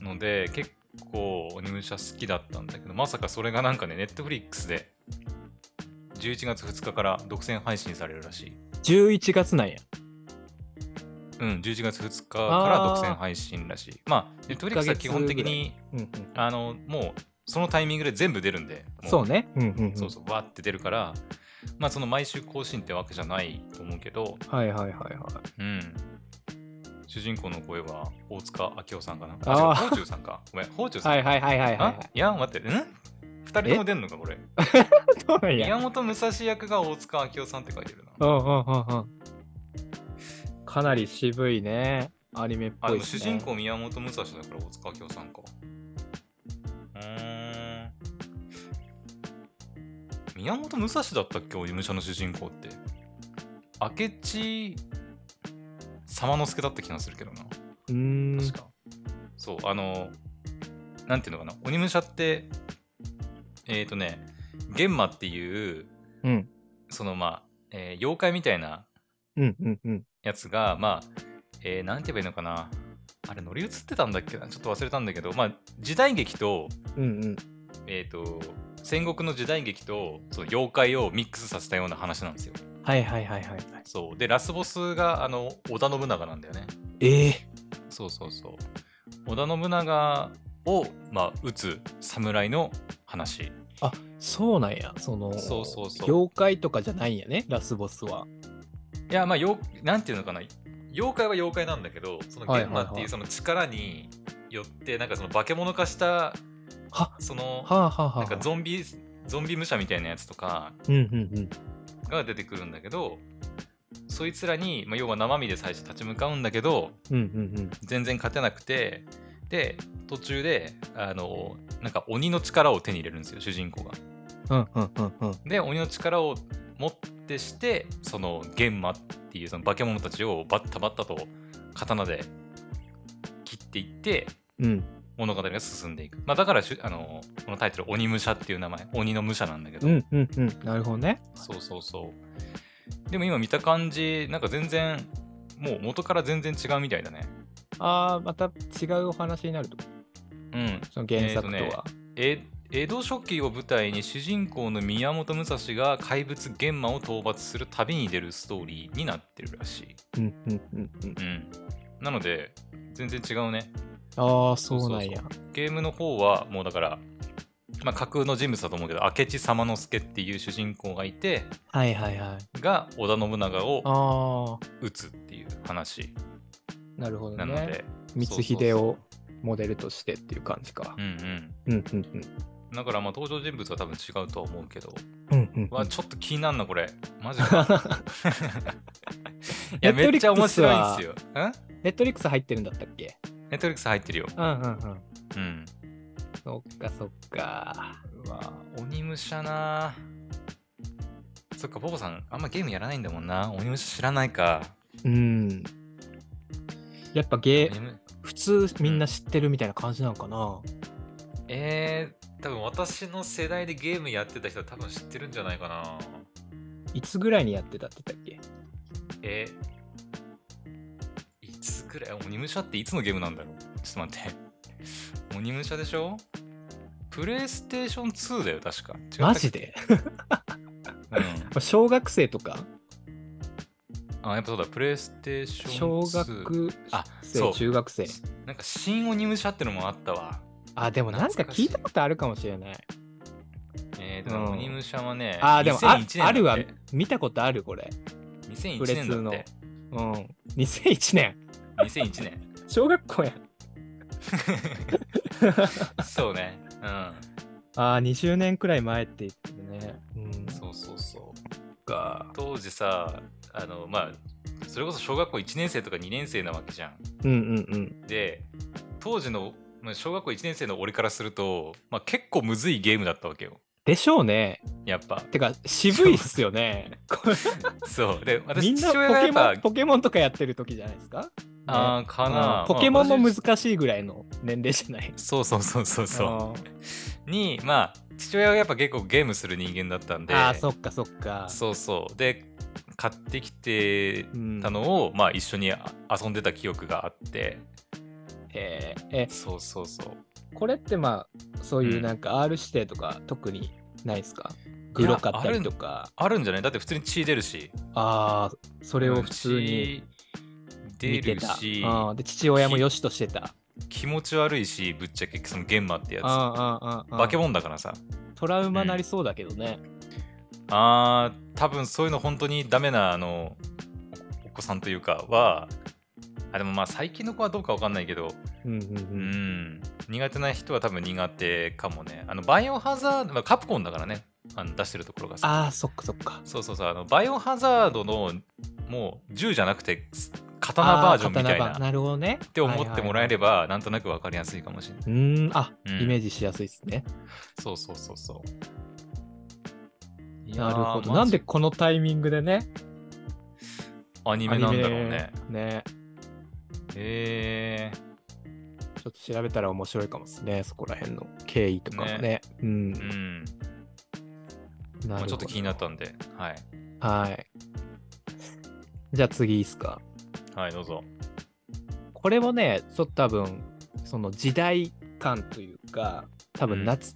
[SPEAKER 2] ので結構鬼武者好きだったんだけどまさかそれがなんかねネットフリックスで11月2日から独占配信されるらしい
[SPEAKER 1] 11月なんや。
[SPEAKER 2] うん11月2日から独占配信らしいまあネットフリックスは基本的に
[SPEAKER 1] うんうん、
[SPEAKER 2] あのもうそのタイミングで全部出るんでも
[SPEAKER 1] そうね。うんうん、
[SPEAKER 2] そうそうわーって出るからまあその毎週更新ってわけじゃないと思うけど
[SPEAKER 1] うん。はいはいはいはい。
[SPEAKER 2] うん。主人公の声は大塚明夫さんかな。
[SPEAKER 1] あー
[SPEAKER 2] あ、違う、宝中さんか。ごめん、宝中さん。
[SPEAKER 1] はいはいはいはい
[SPEAKER 2] あ
[SPEAKER 1] はい
[SPEAKER 2] や、待って、ん二人とも出んのか、これ。
[SPEAKER 1] い。そうなんや。
[SPEAKER 2] 宮本武蔵役が大塚明夫さんって書いてる
[SPEAKER 1] う
[SPEAKER 2] な。
[SPEAKER 1] んうんうんうん。かなり渋いね。アニメっぽ
[SPEAKER 2] あ、で
[SPEAKER 1] い
[SPEAKER 2] も
[SPEAKER 1] です、
[SPEAKER 2] 主
[SPEAKER 1] ね。
[SPEAKER 2] 人公宮本武蔵だから大塚明夫さんか。うーん。宮本武蔵だったっけ、お事務所の主人公って。明智様之助だった気がするけどな。
[SPEAKER 1] うーん。
[SPEAKER 2] 確か。そう、あの、なんていうのかな、鬼武者って、えっ、ー、とね、玄馬っていう、
[SPEAKER 1] うん。
[SPEAKER 2] そのまあ、えー妖怪みたいな
[SPEAKER 1] うんうんうん。
[SPEAKER 2] やつが、まあ、えーなんて言えばいいのかな、あれ乗り移ってたんだっけな、ちょっと忘れたんだけど、まあ、時代劇と、
[SPEAKER 1] うんうん。
[SPEAKER 2] えっ、と、戦国の時代劇とその妖怪をミックスさせたような話なんですよ。
[SPEAKER 1] はいはいはいはいはい。
[SPEAKER 2] そうでラスボスがあの織田信長なんだよね。
[SPEAKER 1] ええ
[SPEAKER 2] そうそうそう。織田信長を、まあ、撃つ侍の話。
[SPEAKER 1] そうなんや。その、
[SPEAKER 2] そうそうそう
[SPEAKER 1] 妖怪とかじゃないんやね、ラスボスは。
[SPEAKER 2] いや、まあ、ようなんていうのかな、妖怪は妖怪なんだけど、その
[SPEAKER 1] はい
[SPEAKER 2] 玄
[SPEAKER 1] はいは
[SPEAKER 2] 馬
[SPEAKER 1] い
[SPEAKER 2] っていうその力によって、なんかその化け物化した
[SPEAKER 1] は、
[SPEAKER 2] その、
[SPEAKER 1] はあはあはあ。
[SPEAKER 2] なんかゾンビ、ゾンビ武者みたいなやつとか
[SPEAKER 1] うんうんうん。
[SPEAKER 2] が出てくるんだけど、そいつらに、まあ、要は生身で最初立ち向かうんだけど、
[SPEAKER 1] うんうんうん。
[SPEAKER 2] 全然勝てなくて、で、途中で、あの、なんか鬼の力を手に入れるんですよ、主人公が。
[SPEAKER 1] うんうんうんうん。
[SPEAKER 2] で鬼の力を持ってしてその玄魔っていうその化け物たちをバッタバッタと刀で切っていって
[SPEAKER 1] うん。
[SPEAKER 2] 物語が進んでいく、まあ、だからしゅあのこのタイトル「鬼武者」っていう名前鬼の武者なんだけど、
[SPEAKER 1] うんうんうん。なるほどね。
[SPEAKER 2] そうそうそうでも今見た感じなんか全然もう元から全然違うみたいだね
[SPEAKER 1] ああ、また違うお話になると。
[SPEAKER 2] うん
[SPEAKER 1] その原作とは。
[SPEAKER 2] えーとえ江戸初期を舞台に主人公の宮本武蔵が怪物玄魔を討伐する旅に出るストーリーになってるらしい
[SPEAKER 1] うんうんうんうん。
[SPEAKER 2] うん、なので全然違うね
[SPEAKER 1] ああ、そうなんや。
[SPEAKER 2] ゲームの方はもうだから、まあ、架空の人物だと思うけど明智様之助っていう主人公がいて
[SPEAKER 1] はいはいはい。
[SPEAKER 2] が織田信長
[SPEAKER 1] あ
[SPEAKER 2] を
[SPEAKER 1] あ、
[SPEAKER 2] 撃つっていう話
[SPEAKER 1] なるほど
[SPEAKER 2] なので、
[SPEAKER 1] ね。光秀をモデルとしてっていう感じか
[SPEAKER 2] う。ん
[SPEAKER 1] うんうんうん。
[SPEAKER 2] うんだからまあ登場人物は多分違うとは思うけど、
[SPEAKER 1] うんうんうん
[SPEAKER 2] わちょっと気になんなこれマ ジかいやめ
[SPEAKER 1] Netflix
[SPEAKER 2] っちゃ面白いんですよん
[SPEAKER 1] ネットリックス入ってるんだったっけ
[SPEAKER 2] ネットフリックス入ってるよ
[SPEAKER 1] うんうんうん。
[SPEAKER 2] うん
[SPEAKER 1] そっかそっか。
[SPEAKER 2] うわ鬼武者なそっかボボさんあんまゲームやらないんだもんな鬼武者知らないか
[SPEAKER 1] うん。やっぱゲー、
[SPEAKER 2] 鬼武
[SPEAKER 1] 普通みんな知ってるみたいな感じなのかな。
[SPEAKER 2] えー、多分私の世代でゲームやってた人は多分知ってるんじゃないかない
[SPEAKER 1] つぐらいにやってたって言ったっけ
[SPEAKER 2] えいつくらい鬼武者っていつのゲームなんだろうちょっと待って鬼武者でしょプレイステーション2だよ確か違ったっけ
[SPEAKER 1] マジで
[SPEAKER 2] うん
[SPEAKER 1] 小学生とか
[SPEAKER 2] あやっぱそうだプレイステーション
[SPEAKER 1] 小
[SPEAKER 2] 2
[SPEAKER 1] 学
[SPEAKER 2] あそ
[SPEAKER 1] 生、
[SPEAKER 2] う
[SPEAKER 1] 中学生。
[SPEAKER 2] なんか新鬼武者ってのもあったわ
[SPEAKER 1] あ、でもなんか
[SPEAKER 2] 懐かしい
[SPEAKER 1] 聞いたことあるかもしれない。
[SPEAKER 2] えー、でも
[SPEAKER 1] うん
[SPEAKER 2] 鬼武者はね、
[SPEAKER 1] あー、でもあ
[SPEAKER 2] 2001年
[SPEAKER 1] あるわ
[SPEAKER 2] だって。
[SPEAKER 1] 見たことある、これ。
[SPEAKER 2] 2001
[SPEAKER 1] プレ
[SPEAKER 2] 年
[SPEAKER 1] ツー
[SPEAKER 2] だっ
[SPEAKER 1] の
[SPEAKER 2] て。
[SPEAKER 1] うん。2001年。
[SPEAKER 2] 2001年。
[SPEAKER 1] 小学校や。
[SPEAKER 2] そうね。うん。
[SPEAKER 1] あー、20年くらい前って言ってるね。うん。
[SPEAKER 2] そうそうそう。
[SPEAKER 1] か。
[SPEAKER 2] 当時さ、あの、まあ、それこそ小学校1年生とか2年生なわけじゃん。
[SPEAKER 1] うんうんうん。
[SPEAKER 2] で、当時の、まあ、小学校1年生の俺からすると、まあ、結構むずいゲームだったわけよ。
[SPEAKER 1] でしょうね。
[SPEAKER 2] やっぱ。
[SPEAKER 1] てか、渋いっすよね。 これ
[SPEAKER 2] そう。で、
[SPEAKER 1] み
[SPEAKER 2] 私、
[SPEAKER 1] んな
[SPEAKER 2] 父
[SPEAKER 1] ポ
[SPEAKER 2] 親がや
[SPEAKER 1] ケ
[SPEAKER 2] っ
[SPEAKER 1] モ
[SPEAKER 2] ぱ
[SPEAKER 1] ン、ポケモンとかやってる時じゃないですか
[SPEAKER 2] あーかな、
[SPEAKER 1] うんポケモンも
[SPEAKER 2] まあ
[SPEAKER 1] 難しいぐらいの年齢じゃない。
[SPEAKER 2] そうそうそうそうそう。に、まあ、父親はやっぱ結構ゲームする人間だったん
[SPEAKER 1] う
[SPEAKER 2] で。
[SPEAKER 1] んあー、そっかそっか。
[SPEAKER 2] そうそうで買ってきて
[SPEAKER 1] うん
[SPEAKER 2] たのを、まあ一緒にあ遊んでた記憶があって
[SPEAKER 1] えーえ
[SPEAKER 2] そうそうそう
[SPEAKER 1] これってまあそういうなんか R 指定とか特にないですか、グロかったりとか
[SPEAKER 2] あるんじゃないだって普通に血出るし
[SPEAKER 1] ああーそ
[SPEAKER 2] そ
[SPEAKER 1] れを普通に
[SPEAKER 2] 出
[SPEAKER 1] 見て
[SPEAKER 2] る
[SPEAKER 1] た
[SPEAKER 2] し
[SPEAKER 1] あーで父親もよしとしてた
[SPEAKER 2] 気持ち悪いしぶっちゃけその玄馬ってやつ
[SPEAKER 1] あーあーあーあー
[SPEAKER 2] 化け物だからさ
[SPEAKER 1] トラウマなりそうだけどね、
[SPEAKER 2] あー多分そういうの本当にダメなあのおお子さんというかはあでもまあ最近の子はどうかわかんないけど
[SPEAKER 1] うん、うんうん
[SPEAKER 2] う、ん、苦手な人は多分苦手かもね。あのバイオハザード、まあ、カプコンだからね、あの出してるところがさ。
[SPEAKER 1] ああそっかそっか
[SPEAKER 2] そうそうそう、あのバイオハザードのもう銃じゃなくてす刀バージョンみたい
[SPEAKER 1] あー刀バー
[SPEAKER 2] なっ
[SPEAKER 1] なるほどねって
[SPEAKER 2] 思ってもらえれ
[SPEAKER 1] ば、
[SPEAKER 2] ば、なんとなく分かりやすいかもしれない。
[SPEAKER 1] はいはいはいうんあ、
[SPEAKER 2] うん
[SPEAKER 1] イメージしやすいですね
[SPEAKER 2] そうそうそうそう。いやー
[SPEAKER 1] なるほど
[SPEAKER 2] マ
[SPEAKER 1] なん
[SPEAKER 2] ジ
[SPEAKER 1] でこのタイミングでね
[SPEAKER 2] アニメなんだろ
[SPEAKER 1] ア
[SPEAKER 2] うね。
[SPEAKER 1] ニメね
[SPEAKER 2] へえ
[SPEAKER 1] ちょっと調べたら面白いかもですね。そこら辺の経緯とかもね。うん。
[SPEAKER 2] ー、うん。
[SPEAKER 1] な
[SPEAKER 2] ま
[SPEAKER 1] る
[SPEAKER 2] あ
[SPEAKER 1] ほ
[SPEAKER 2] ち
[SPEAKER 1] ど
[SPEAKER 2] ょっと気になったんで、はい。
[SPEAKER 1] はい。じゃあ次いいですか。
[SPEAKER 2] はい、どうぞ。
[SPEAKER 1] これもね、ちょっと多分、その時代感というか、多
[SPEAKER 2] う
[SPEAKER 1] 分
[SPEAKER 2] ん
[SPEAKER 1] 夏、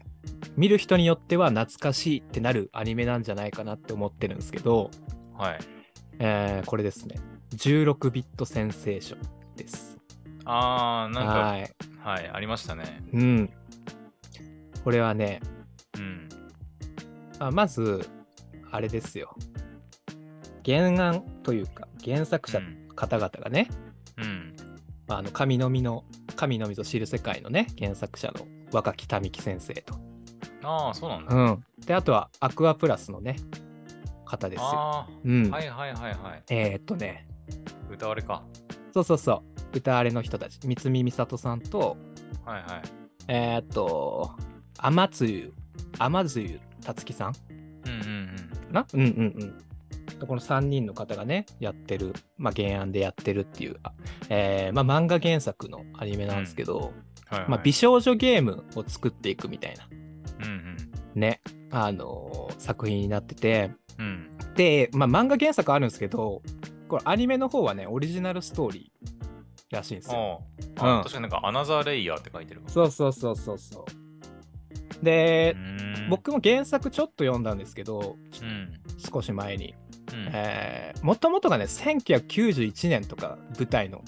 [SPEAKER 1] 見る人によっては懐かしいってなるアニメなんじゃないかなって思ってるんですけど、
[SPEAKER 2] はい。
[SPEAKER 1] えーこれですね。16ビットセンセーションです。
[SPEAKER 2] あー、なんか、は
[SPEAKER 1] はい。
[SPEAKER 2] い、ありましたね。
[SPEAKER 1] うん。これはね、
[SPEAKER 2] うん。
[SPEAKER 1] あまず、あれですよ。原案というか、原作者の方々がね、
[SPEAKER 2] うん。
[SPEAKER 1] まああの神のみの、神のみぞ知る世界のね、原作者の若木民樹先生と。
[SPEAKER 2] あー、そうなんだ。
[SPEAKER 1] うん。で、あとは、アクアプラスのね、方ですよ。
[SPEAKER 2] あ
[SPEAKER 1] う
[SPEAKER 2] ー、
[SPEAKER 1] ん。
[SPEAKER 2] はいはいはいはい。
[SPEAKER 1] えー、っとね、
[SPEAKER 2] 歌われか。
[SPEAKER 1] そうそうそう、歌あれの人たち、三海美里さんと、
[SPEAKER 2] はいはい。
[SPEAKER 1] えー、っと、天露天露たつきさん
[SPEAKER 2] うんうん
[SPEAKER 1] なうんうんうん。この3人の方がね、やってる、まあ、原案でやってるっていう、あえーまあ、漫画原作のアニメなんですけど、
[SPEAKER 2] うん。はい、はい。
[SPEAKER 1] まあ、美少女ゲームを作っていくみたいな、
[SPEAKER 2] うん
[SPEAKER 1] ね、あのー作品になってて、
[SPEAKER 2] うん。うん。
[SPEAKER 1] で、まあ、漫画原作あるんですけど、これアニメの方はね、オリジナルストーリーらしいんですよ。
[SPEAKER 2] あーあ、
[SPEAKER 1] うん
[SPEAKER 2] 確かになんか、アナザーレイヤーって書いてるわ。
[SPEAKER 1] そうそうそうそうそう。で
[SPEAKER 2] う、ーん、
[SPEAKER 1] 僕も原作ちょっと読んだんですけど、
[SPEAKER 2] うん。
[SPEAKER 1] 少し前に。
[SPEAKER 2] うん。
[SPEAKER 1] えー、もともとがね1991年とか舞台の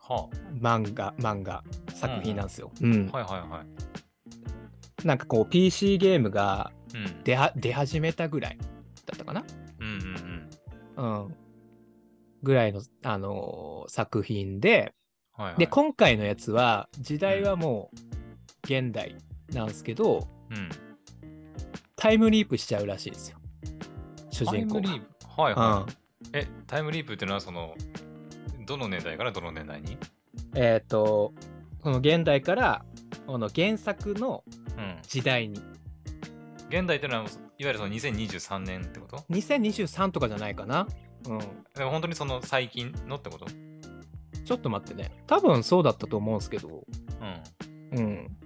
[SPEAKER 2] は
[SPEAKER 1] 漫画漫画作品なんですよ、うん
[SPEAKER 2] あ、はいはいはい。
[SPEAKER 1] なんかこう PC ゲームが
[SPEAKER 2] うん。
[SPEAKER 1] 出は出始めたぐらいだったかな、
[SPEAKER 2] うんうんうん。
[SPEAKER 1] うん、ぐらいの、あのー作品で
[SPEAKER 2] はい、はい。
[SPEAKER 1] で今回のやつは時代はもう現代なんですけど
[SPEAKER 2] うん。
[SPEAKER 1] タイムリープしちゃうらしいですよ主
[SPEAKER 2] タイ
[SPEAKER 1] 人
[SPEAKER 2] ム
[SPEAKER 1] 公
[SPEAKER 2] リ
[SPEAKER 1] が
[SPEAKER 2] ープはい
[SPEAKER 1] うん
[SPEAKER 2] はい、えタイムリープっていうのはそのどの年代からどの年代に
[SPEAKER 1] えっ、とこの現代からこの原作の
[SPEAKER 2] うん
[SPEAKER 1] 時代に
[SPEAKER 2] 現代っていうのはいわゆるその2023年ってこと
[SPEAKER 1] 2023とかじゃないかな。うん。
[SPEAKER 2] でも本当にその最近のってこと
[SPEAKER 1] ちょっと待ってね。多分そうだったと思うんですけど。
[SPEAKER 2] うん
[SPEAKER 1] うん。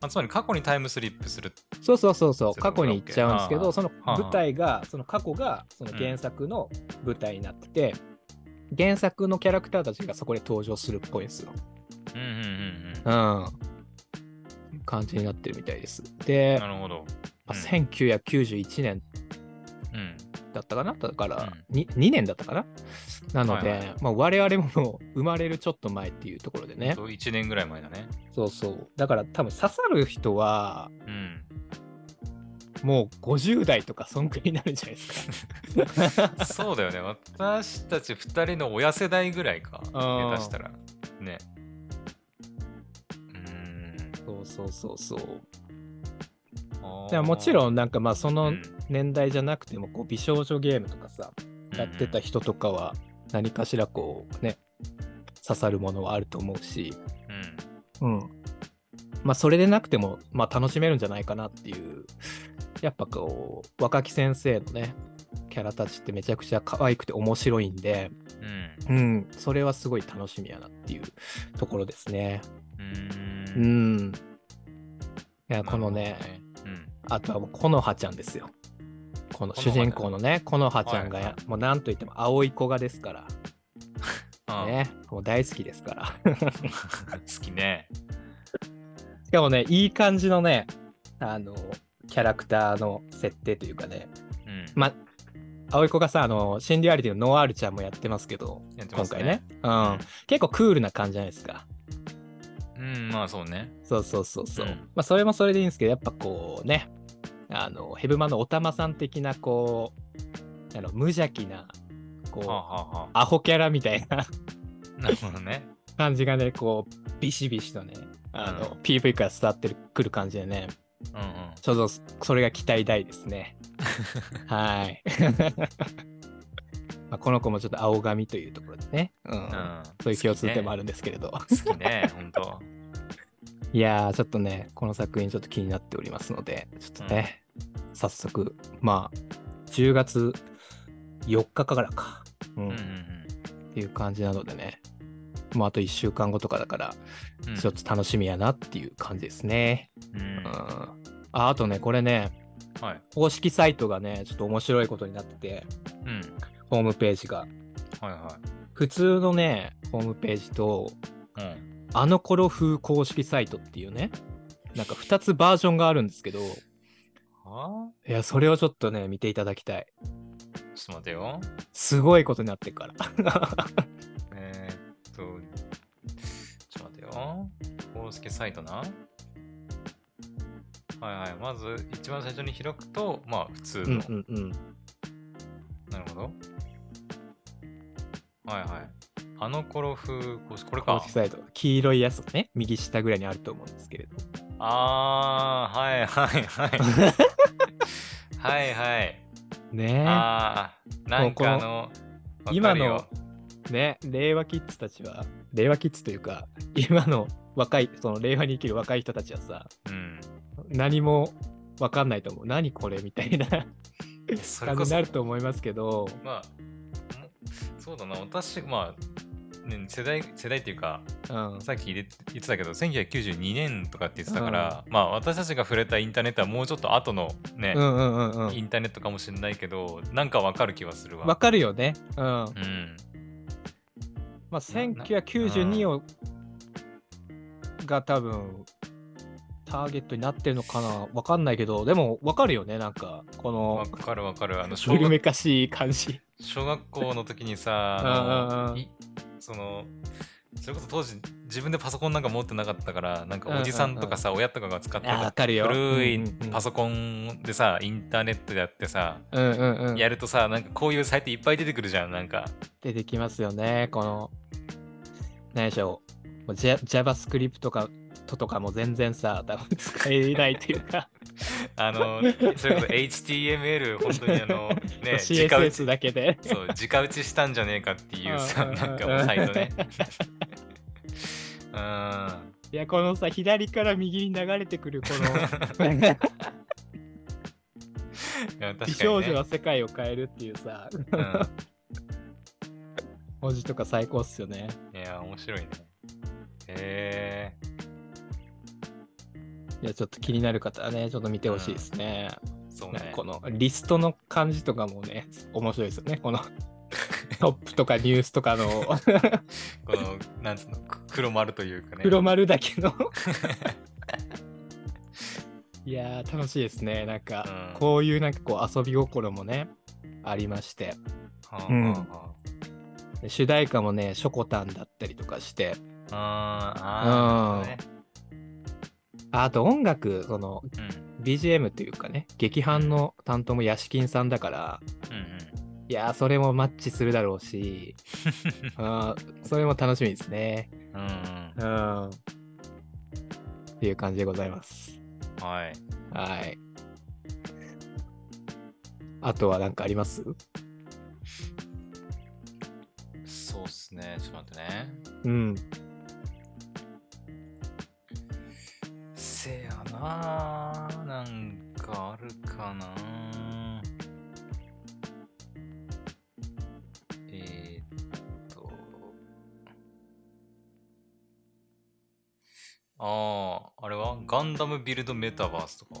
[SPEAKER 2] あつまり過去にタイムスリップする
[SPEAKER 1] そうそうそうそう。
[SPEAKER 2] そう
[SPEAKER 1] 過去に行っちゃうんですけ
[SPEAKER 2] オ
[SPEAKER 1] ど、
[SPEAKER 2] ッケ
[SPEAKER 1] その
[SPEAKER 2] はあ
[SPEAKER 1] 舞台が、その過去がその原作の舞台になってて、原作のキャラクターたちがそこで登場するっぽいんですよ。
[SPEAKER 2] うんうんうん
[SPEAKER 1] う
[SPEAKER 2] うん
[SPEAKER 1] ん。感じになってるみたいです。で
[SPEAKER 2] な、るほど
[SPEAKER 1] まあ
[SPEAKER 2] うん
[SPEAKER 1] 1991年
[SPEAKER 2] うん
[SPEAKER 1] だったかなだから
[SPEAKER 2] う
[SPEAKER 1] 2,、2年だったかななので、
[SPEAKER 2] はいはい
[SPEAKER 1] まあ、我々ももう生まれるちょっと前っていうところでね。
[SPEAKER 2] 1年ぐらい前だね
[SPEAKER 1] そうそう。だから多分刺さる人は、
[SPEAKER 2] うん
[SPEAKER 1] もう50代とかそんくらいになるんじゃない ですか。
[SPEAKER 2] そうだよね私たち2人の親世代ぐらいか
[SPEAKER 1] あー
[SPEAKER 2] 下手したらねうん
[SPEAKER 1] そうそうそうそう。
[SPEAKER 2] あー
[SPEAKER 1] でももちろんなんかまあそうの
[SPEAKER 2] ん
[SPEAKER 1] 年代じゃなくてもこう美少女ゲームとかさ、やってた人とかは何かしらこうね、刺さるものはあると思うし、
[SPEAKER 2] うんうん
[SPEAKER 1] うん。まあそれでなくてもまあ楽しめるんじゃないかなっていう、やっぱこう若木先生のね、キャラたちってめちゃくちゃ可愛くて面白いんで、
[SPEAKER 2] うん
[SPEAKER 1] うん、それはすごい楽しみやなっていうところですね。
[SPEAKER 2] う
[SPEAKER 1] う
[SPEAKER 2] ーん。
[SPEAKER 1] ん。いや、
[SPEAKER 2] なるほど
[SPEAKER 1] このね、
[SPEAKER 2] うん。
[SPEAKER 1] あとはもう、このはちゃんですよ。この
[SPEAKER 2] この
[SPEAKER 1] 主
[SPEAKER 2] は
[SPEAKER 1] 人公のね、このはちゃんが、
[SPEAKER 2] はいは
[SPEAKER 1] もうなんといっても青い子がですから、
[SPEAKER 2] あ
[SPEAKER 1] ね、もう大好きですから。
[SPEAKER 2] 好きね。
[SPEAKER 1] しかもね、いい感じのね、あの、キャラクターの設定というかね、
[SPEAKER 2] うん。
[SPEAKER 1] ま青い子がさ、あの、シンデュアリティのノアールちゃんもやってますけど、
[SPEAKER 2] やってま
[SPEAKER 1] 今
[SPEAKER 2] す
[SPEAKER 1] 回ね。。うん。結構クールな感じじゃないですか。
[SPEAKER 2] うん、まあそうね。
[SPEAKER 1] そうそうそうそう。
[SPEAKER 2] うん
[SPEAKER 1] まあそれもそれでいいんですけど、やっぱこうね、あのヘブマのおたまさん的なこう、あの無邪気な、
[SPEAKER 2] はあ、
[SPEAKER 1] こう、
[SPEAKER 2] はあは
[SPEAKER 1] アホキャラみたいな
[SPEAKER 2] あ、 なるほどね。
[SPEAKER 1] 感じがね、こう、ビシビシとね、あの、PV から伝わってるくる感じでね、
[SPEAKER 2] うんうん。
[SPEAKER 1] ちょうどそれが期待大です ね。はい。 まあこの子もちょっと青髪というところでね、うん
[SPEAKER 2] うん、
[SPEAKER 1] そういう共通点もあ
[SPEAKER 2] る。
[SPEAKER 1] るんですけれど、
[SPEAKER 2] 好きね、本当。
[SPEAKER 1] いやー、ちょっとね、この作品ちょっと気になっておりますので、ちょっとね、早速、まあ、10月4日からか、うん
[SPEAKER 2] うんうんうん。
[SPEAKER 1] っていう感じなのでね。もうあと1週間後とかだから、
[SPEAKER 2] うん
[SPEAKER 1] ちょっと楽しみやなっていう感じですね。
[SPEAKER 2] うん
[SPEAKER 1] うん。ああとね、これね、
[SPEAKER 2] はい。
[SPEAKER 1] 公式サイトがね、ちょっと面白いことになってて、
[SPEAKER 2] うん。
[SPEAKER 1] ホームページが。
[SPEAKER 2] はいは
[SPEAKER 1] 普通のね、ホームページと、
[SPEAKER 2] い。うん。
[SPEAKER 1] あの頃風公式サイトっていうね、なんか2つバージョンがあるんですけど、い
[SPEAKER 2] は
[SPEAKER 1] や、それをちょっとね、見ていただきたい。
[SPEAKER 2] あちょっと待ってよ。
[SPEAKER 1] すごいことになってるから。
[SPEAKER 2] えー、っと、ちょっと待ってよ。公式サイトな。はいはい。まず、一番最初に開くと、まあ、普通
[SPEAKER 1] う
[SPEAKER 2] の。
[SPEAKER 1] んうんうん。
[SPEAKER 2] なるほど。はいはい。あの頃風公式、これ
[SPEAKER 1] 公
[SPEAKER 2] か
[SPEAKER 1] 式。サイト。黄色いやつがね、右下ぐらいにあると思うんですけれど。
[SPEAKER 2] あー、はいはい はい。はいはい。
[SPEAKER 1] ね
[SPEAKER 2] あー、なんかあの、
[SPEAKER 1] うこの
[SPEAKER 2] わかるよ
[SPEAKER 1] え。ね令和キッズたちは、令和キッズというか、今の若い、その令和に生きる若い人たちはさ、
[SPEAKER 2] うん。
[SPEAKER 1] 何もわかんないと思う。何これみたいな
[SPEAKER 2] それ
[SPEAKER 1] 感じ
[SPEAKER 2] こ
[SPEAKER 1] に
[SPEAKER 2] そ
[SPEAKER 1] なると思いますけど、
[SPEAKER 2] まあ、もそうだな、私、まあ、ね、世代、世代っていうか、
[SPEAKER 1] うん。
[SPEAKER 2] さっき言って言ってたけど、1992年とかって言ってたから、まあ、私たちが触れたインターネットはもうちょっと後のね
[SPEAKER 1] う、んうんうんう
[SPEAKER 2] イ
[SPEAKER 1] ん。
[SPEAKER 2] ンターネットかもしれないけど、なんかわかる気はするわ。
[SPEAKER 1] わかるよね。うん。
[SPEAKER 2] うん。
[SPEAKER 1] まあ、
[SPEAKER 2] な
[SPEAKER 1] 1992をが多分ターゲットになってるのかなわかんないけどでもわかるよねなんかこの
[SPEAKER 2] わかるわかる。あの小
[SPEAKER 1] 古め
[SPEAKER 2] 学、
[SPEAKER 1] かしい感じ。
[SPEAKER 2] 小学校の時にさ、あ
[SPEAKER 1] うんうんう
[SPEAKER 2] の
[SPEAKER 1] ん
[SPEAKER 2] いその、それこそ当時自分でパソコンなんか持ってなかったからなんかおじさんとかさ親とかが使って
[SPEAKER 1] あ
[SPEAKER 2] た
[SPEAKER 1] わかるよ。
[SPEAKER 2] 古いパ
[SPEAKER 1] ソ
[SPEAKER 2] ソコンでさインターネットでやってさ
[SPEAKER 1] コン、うんうんうん、
[SPEAKER 2] やるとさなんかこういうサイトいっぱい出てくるじゃんなんか
[SPEAKER 1] 出てきますよねこの何でしょうもうジャ JavaScript とかととかも全然さ多分使えないっていうか
[SPEAKER 2] あのそれこそ HTML 本当にあの ね直打ち
[SPEAKER 1] CSS だけで。
[SPEAKER 2] そう直打ちしたんじゃねえかっていうさ
[SPEAKER 1] うんうんうん
[SPEAKER 2] なんかもうサイトね うん
[SPEAKER 1] いやこのさ左から右に流れてくるこ の
[SPEAKER 2] いや確かに、ね、
[SPEAKER 1] 美少女は世界を変えるっていうさ文字とか最高っすよね
[SPEAKER 2] うん、いや面白いねへ
[SPEAKER 1] いやちょっと気になる方はねちょっと見てほしいですね、
[SPEAKER 2] えそう
[SPEAKER 1] なんか
[SPEAKER 2] ね
[SPEAKER 1] このリストの感じとかもね面白いですよねこ のトップとかニュースとかの
[SPEAKER 2] このなんつうのく黒丸というかね
[SPEAKER 1] 黒丸だけ のいやー楽しいですねなんか、
[SPEAKER 2] うん
[SPEAKER 1] こういうなんかこう遊び心もねありまして
[SPEAKER 2] はあ
[SPEAKER 1] うん
[SPEAKER 2] はあは
[SPEAKER 1] で主題歌もねショコタンだったりとかして
[SPEAKER 2] ああーあーなるほどね
[SPEAKER 1] あと音楽その
[SPEAKER 2] うん
[SPEAKER 1] BGM っていうかね劇伴の担当もヤシキンさんだから
[SPEAKER 2] うん
[SPEAKER 1] いやーそれもマッチするだろう しあーそれも楽しみですね
[SPEAKER 2] うんうん
[SPEAKER 1] うんっていう感じでございます
[SPEAKER 2] うんはい
[SPEAKER 1] はいあとは何かあります
[SPEAKER 2] そうっすねちょっと待ってね
[SPEAKER 1] うん
[SPEAKER 2] せやなあなんかあるかなあえー、っとあああれはガンダムビルドメタバースとかは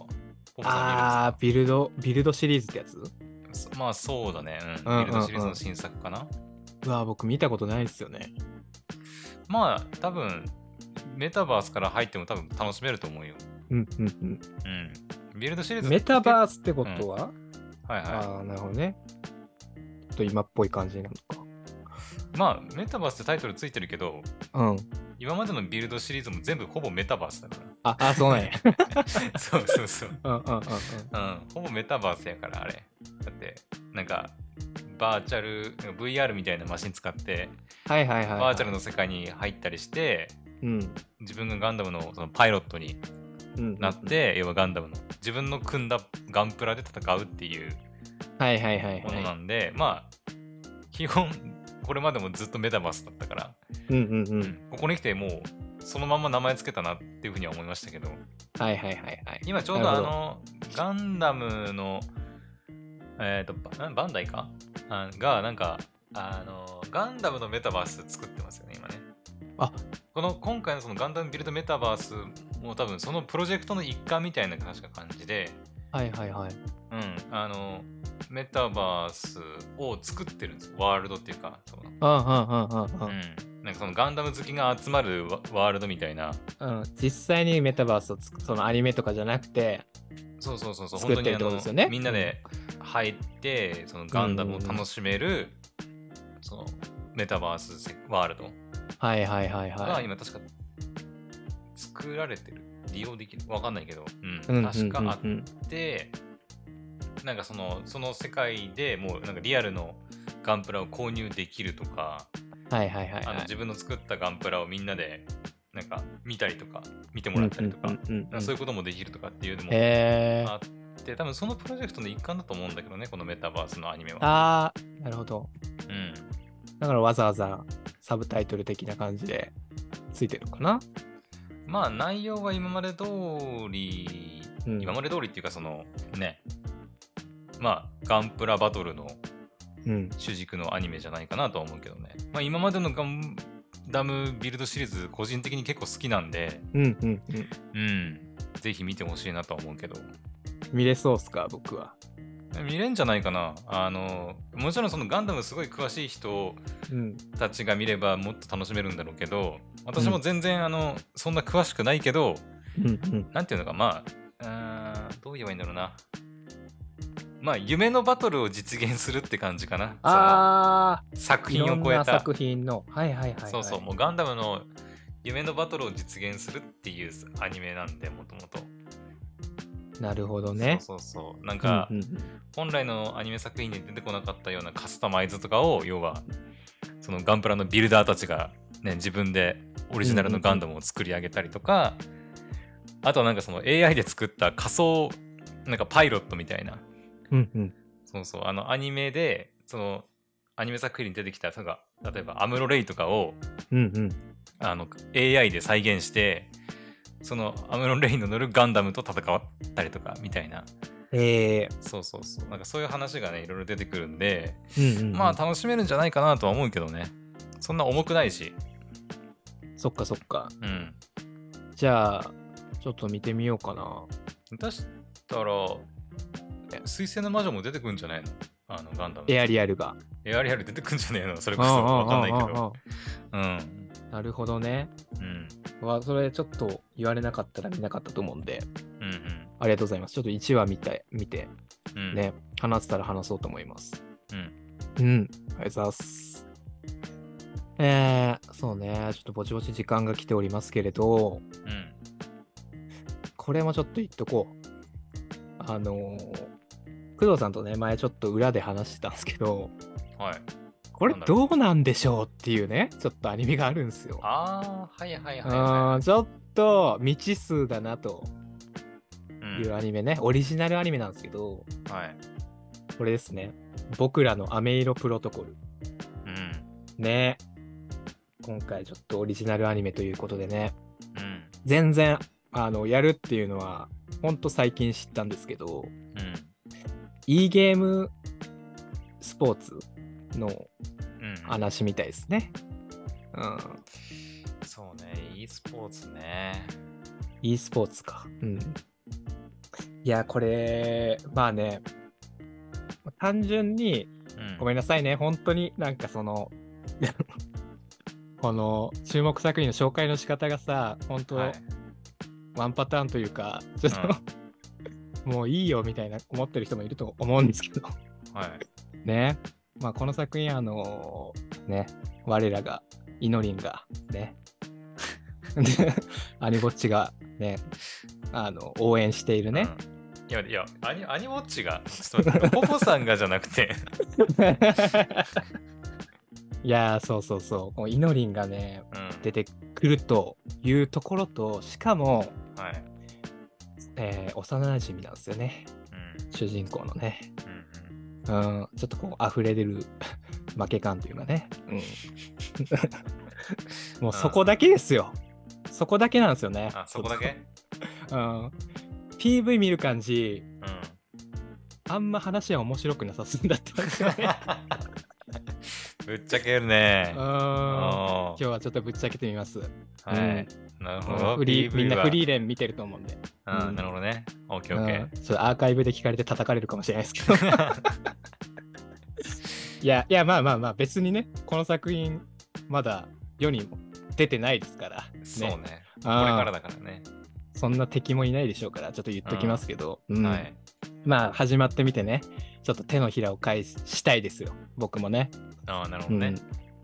[SPEAKER 2] ポポさん見るんですか
[SPEAKER 1] あービルドビルドシリーズってやつ
[SPEAKER 2] そまあそうだね、うん
[SPEAKER 1] うんうんうん
[SPEAKER 2] ビルドシリーズの新作かな
[SPEAKER 1] うわー僕見たことないですよね
[SPEAKER 2] まあ多分メタバースから入っても多分楽しめると思うよ
[SPEAKER 1] うんうん
[SPEAKER 2] うんビルドシリー
[SPEAKER 1] う
[SPEAKER 2] ズ
[SPEAKER 1] んメタ
[SPEAKER 2] ー
[SPEAKER 1] バースってことは、
[SPEAKER 2] スはいはい
[SPEAKER 1] ああなるほどねちょっと今っぽい感じなの
[SPEAKER 2] まあメタバースってタイトルついてるけど
[SPEAKER 1] かうん
[SPEAKER 2] 今までのビルドシリーズも全部ほぼメタバースだか
[SPEAKER 1] ああそうなんや
[SPEAKER 2] らそうそうそう
[SPEAKER 1] うんうんうんうん
[SPEAKER 2] うんほぼメタバースやからあれだってなんかバーチャル VR みたいなマシン使って
[SPEAKER 1] はいはいはい、はい、
[SPEAKER 2] バーチャルの世界に入ったりして
[SPEAKER 1] うん
[SPEAKER 2] 自分がガンダムのそのパイロットに
[SPEAKER 1] うん
[SPEAKER 2] なって要はガンダムの自分の組んだガンプラで戦うっていう
[SPEAKER 1] はいはいはい
[SPEAKER 2] ものな
[SPEAKER 1] はい
[SPEAKER 2] んでまあ基本これまでもずっとメタバースだったから
[SPEAKER 1] うんうんうん
[SPEAKER 2] ここに来てもうそのまま名前つけたなっていうふうには思いましたけど
[SPEAKER 1] はいはいはいはい
[SPEAKER 2] 今ちょうど
[SPEAKER 1] な
[SPEAKER 2] あ
[SPEAKER 1] るほど
[SPEAKER 2] のガンダムのえっ、とババンダイかあがなんかあの、ガンダムのメタバース作ってますよね、今ね。
[SPEAKER 1] あ
[SPEAKER 2] この今回のそのガンダムビルドメタバースも多分そのプロジェクトの一環みたいな確か感じで、
[SPEAKER 1] はいはいはい。
[SPEAKER 2] うん、あの、メタバースを作ってるんですよワールドっていうか、その
[SPEAKER 1] うんうんうんうん
[SPEAKER 2] うん、なんかそのガンダム好きが集まるワワールドみたいな、
[SPEAKER 1] うん。うん、実際にメタバースをつくそのアニメとかじゃなくて、
[SPEAKER 2] そうそうそうそう、
[SPEAKER 1] 作ってるってこと
[SPEAKER 2] 本
[SPEAKER 1] ですよ
[SPEAKER 2] 当に
[SPEAKER 1] ね
[SPEAKER 2] あのみんなで入って、そのガンダムを楽しめる、そのメタバースせワールド
[SPEAKER 1] はいはいはい
[SPEAKER 2] が
[SPEAKER 1] はい。
[SPEAKER 2] 今確か作られてる、利用できる、わかんないけど、う、
[SPEAKER 1] うんうんん
[SPEAKER 2] 確かあっ
[SPEAKER 1] うんうん
[SPEAKER 2] て、なんかそのその世界でもうなんかリアルのガンプラを購入できるとか、
[SPEAKER 1] はいはいはい、
[SPEAKER 2] あの
[SPEAKER 1] はい。
[SPEAKER 2] 自分の作ったガンプラをみんなでなんか見たりとか見てもらったりとか,、
[SPEAKER 1] うんうんうんうん
[SPEAKER 2] そういうこともできるとかっていうのも
[SPEAKER 1] へえ
[SPEAKER 2] あって多分そのプロジェクトの一環だと思うんだけどねこのメタバースのアニメは。
[SPEAKER 1] あーなるほど。
[SPEAKER 2] うん、
[SPEAKER 1] だからわざわざサブタイトル的な感じでついてるのかな。
[SPEAKER 2] まあ内容は今まで通り、
[SPEAKER 1] うん、
[SPEAKER 2] 今まで通りっていうかそのねまあガンプラバトルの
[SPEAKER 1] うん、
[SPEAKER 2] 主軸のアニメじゃないかなとは思うけどね、まあ、今までのガンダムビルドシリーズ個人的に結構好きなんで、
[SPEAKER 1] うん、うん、うん。
[SPEAKER 2] うん、ぜひ見てほしいなとは思うけど。
[SPEAKER 1] 見れそうっすか、僕は。
[SPEAKER 2] 見れんじゃないかなあのもちろんそのガンダムすごい詳しい人
[SPEAKER 1] うん、
[SPEAKER 2] たちが見ればもっと楽しめるんだろうけど私も全然、あのそんな詳しくないけど
[SPEAKER 1] うん、うん。
[SPEAKER 2] なんていうのかまあうーんどう言えばいいんだろうなまあ夢のバトルを実現するって感じかな
[SPEAKER 1] ああ、
[SPEAKER 2] その作
[SPEAKER 1] い
[SPEAKER 2] 品
[SPEAKER 1] ろ
[SPEAKER 2] を
[SPEAKER 1] ん
[SPEAKER 2] 超え
[SPEAKER 1] な
[SPEAKER 2] た、
[SPEAKER 1] 作品の。はいはいはい、はい。
[SPEAKER 2] そうそうもうガンダムの夢のバトルを実現するっていうアニメなんでもともと
[SPEAKER 1] なるほどね。
[SPEAKER 2] そうそうそうなんか、
[SPEAKER 1] うんうん
[SPEAKER 2] 本来のアニメ作品に出てこなかったようなカスタマイズとかを要はそのガンプラのビルダーたちが、ね、自分でオリジナルのガンダムを作り上げたりとか、あとはなんかその AI で作った仮想なんかパイロットみたいな
[SPEAKER 1] うん、うん、
[SPEAKER 2] そうそうあのアニメでそのアニメ作品に出てきたなんか例えばアムロレイとかを
[SPEAKER 1] うん、うん。
[SPEAKER 2] あの AI で再現してそのアムロレイの乗るガンダムと戦ったりとかみたいな
[SPEAKER 1] ええ
[SPEAKER 2] そうそうそうなんかそういう話がねいろいろ出てくるんで
[SPEAKER 1] ー、うん、うん。
[SPEAKER 2] まあ、楽しめるんじゃないかなとは思うけどね。そんな重くないし。
[SPEAKER 1] そっかそっか。
[SPEAKER 2] うん。
[SPEAKER 1] じゃあ、ちょっと見てみようかな。
[SPEAKER 2] 出したら、え水星の魔女も出てくんじゃないのあの、ガンダム。
[SPEAKER 1] エアリアルが。
[SPEAKER 2] エアリアル出てくんじゃねえのそれ
[SPEAKER 1] う
[SPEAKER 2] こ
[SPEAKER 1] んう
[SPEAKER 2] そ。
[SPEAKER 1] ん
[SPEAKER 2] わかんないけ
[SPEAKER 1] うんうん
[SPEAKER 2] ど。
[SPEAKER 1] う
[SPEAKER 2] うん。
[SPEAKER 1] んなるほどね。
[SPEAKER 2] うん。
[SPEAKER 1] わそれちょっと言われなかったら見なかったと思うんで、
[SPEAKER 2] うん
[SPEAKER 1] ありがとうございます。ちょっと1話見て、見て、
[SPEAKER 2] うん。うん。
[SPEAKER 1] ね、話せたら話そうと思います。
[SPEAKER 2] うん。
[SPEAKER 1] うん、ありがとうございます。えー、そうね、ちょっとぼちぼち時間が来ておりますけれど、
[SPEAKER 2] うん。
[SPEAKER 1] これもちょっと言っとこう。あのー工藤さんとね、前ちょっと裏で話してたんですけど、
[SPEAKER 2] はい。
[SPEAKER 1] これどうなんでしょうっていうね、ちょっとアニメがあるんですよ。
[SPEAKER 2] ああ、はいはいはい、
[SPEAKER 1] あ
[SPEAKER 2] は
[SPEAKER 1] ーちょっと未知数だなと
[SPEAKER 2] い。う
[SPEAKER 1] い
[SPEAKER 2] ん。
[SPEAKER 1] うアニメね、オリジナルアニメなんですけど、
[SPEAKER 2] はい。
[SPEAKER 1] これですね。僕らのアメイロプロトコル。
[SPEAKER 2] うん。
[SPEAKER 1] ね。今回ちょっとオリジナルアニメということでね、
[SPEAKER 2] うん。
[SPEAKER 1] 全然、あの、やるっていうのは、ほんと最近知ったんですけど、
[SPEAKER 2] うん。
[SPEAKER 1] e ゲームスポーツの
[SPEAKER 2] うん。
[SPEAKER 1] 話みたいですね。うん。
[SPEAKER 2] そうね。e スポーツね。
[SPEAKER 1] e スポーツか。うん。いや、これ、まあね、単純に
[SPEAKER 2] うん。
[SPEAKER 1] ごめん
[SPEAKER 2] ん。
[SPEAKER 1] なさいね、本当になんかその、 この注目作品の紹介の仕方がさ、本当、
[SPEAKER 2] はい。
[SPEAKER 1] ワンパターンというか、ちょっと、 もういいよみたいな思ってる人もいると思うんですけ ど、
[SPEAKER 2] はい。
[SPEAKER 1] ね。まあ、この作品、あのね、我らが、イノリンが、ね、 でアニボッチが、ね、あの、応援しているね。
[SPEAKER 2] うん。いやいやアニ、アニウォッチが、ちょっと待って、ポポさんがじゃなくて、
[SPEAKER 1] いやー、そうそうそう、こうイノリンがね、
[SPEAKER 2] うん、
[SPEAKER 1] 出てくるというところとしかも、
[SPEAKER 2] はい。
[SPEAKER 1] えー幼なじみなんですよね
[SPEAKER 2] うん
[SPEAKER 1] 主人公のね、
[SPEAKER 2] うん
[SPEAKER 1] うん、ちょっとこう溢れ出る 負け感というかね、うん、 もうそこだけですよそこだけなんですよね
[SPEAKER 2] あ、そこだけ、
[SPEAKER 1] うん、PV 見る感じ
[SPEAKER 2] うん、、
[SPEAKER 1] あんま話は面白くなさすんだったんですよね
[SPEAKER 2] ぶっちゃけるね
[SPEAKER 1] う。ん
[SPEAKER 2] あ
[SPEAKER 1] 今日はちょっとぶっちゃけてみます。
[SPEAKER 2] あはい。なるほど。
[SPEAKER 1] フリー
[SPEAKER 2] PV
[SPEAKER 1] みんな
[SPEAKER 2] は
[SPEAKER 1] フリーレン見てると思うんで。
[SPEAKER 2] う、
[SPEAKER 1] うんん
[SPEAKER 2] なるほどね。オッケー
[SPEAKER 1] う
[SPEAKER 2] オッケ
[SPEAKER 1] んちょっとアーカイブで聞かれて叩かれるかもしれないですけ ど。
[SPEAKER 2] ー。
[SPEAKER 1] いや、いや、まあまあまあ、別にね、この作品、まだ世にも出てないですから。ね、
[SPEAKER 2] そうね。これ
[SPEAKER 1] あー
[SPEAKER 2] からだからね。
[SPEAKER 1] そんな敵もいないでしょうから、ちょっと言っときますけど。うん
[SPEAKER 2] はい。
[SPEAKER 1] まあ、始まってみてね、ちょっと手のひらを返したいですよ、僕もね。
[SPEAKER 2] ああ、なるほどね
[SPEAKER 1] うん。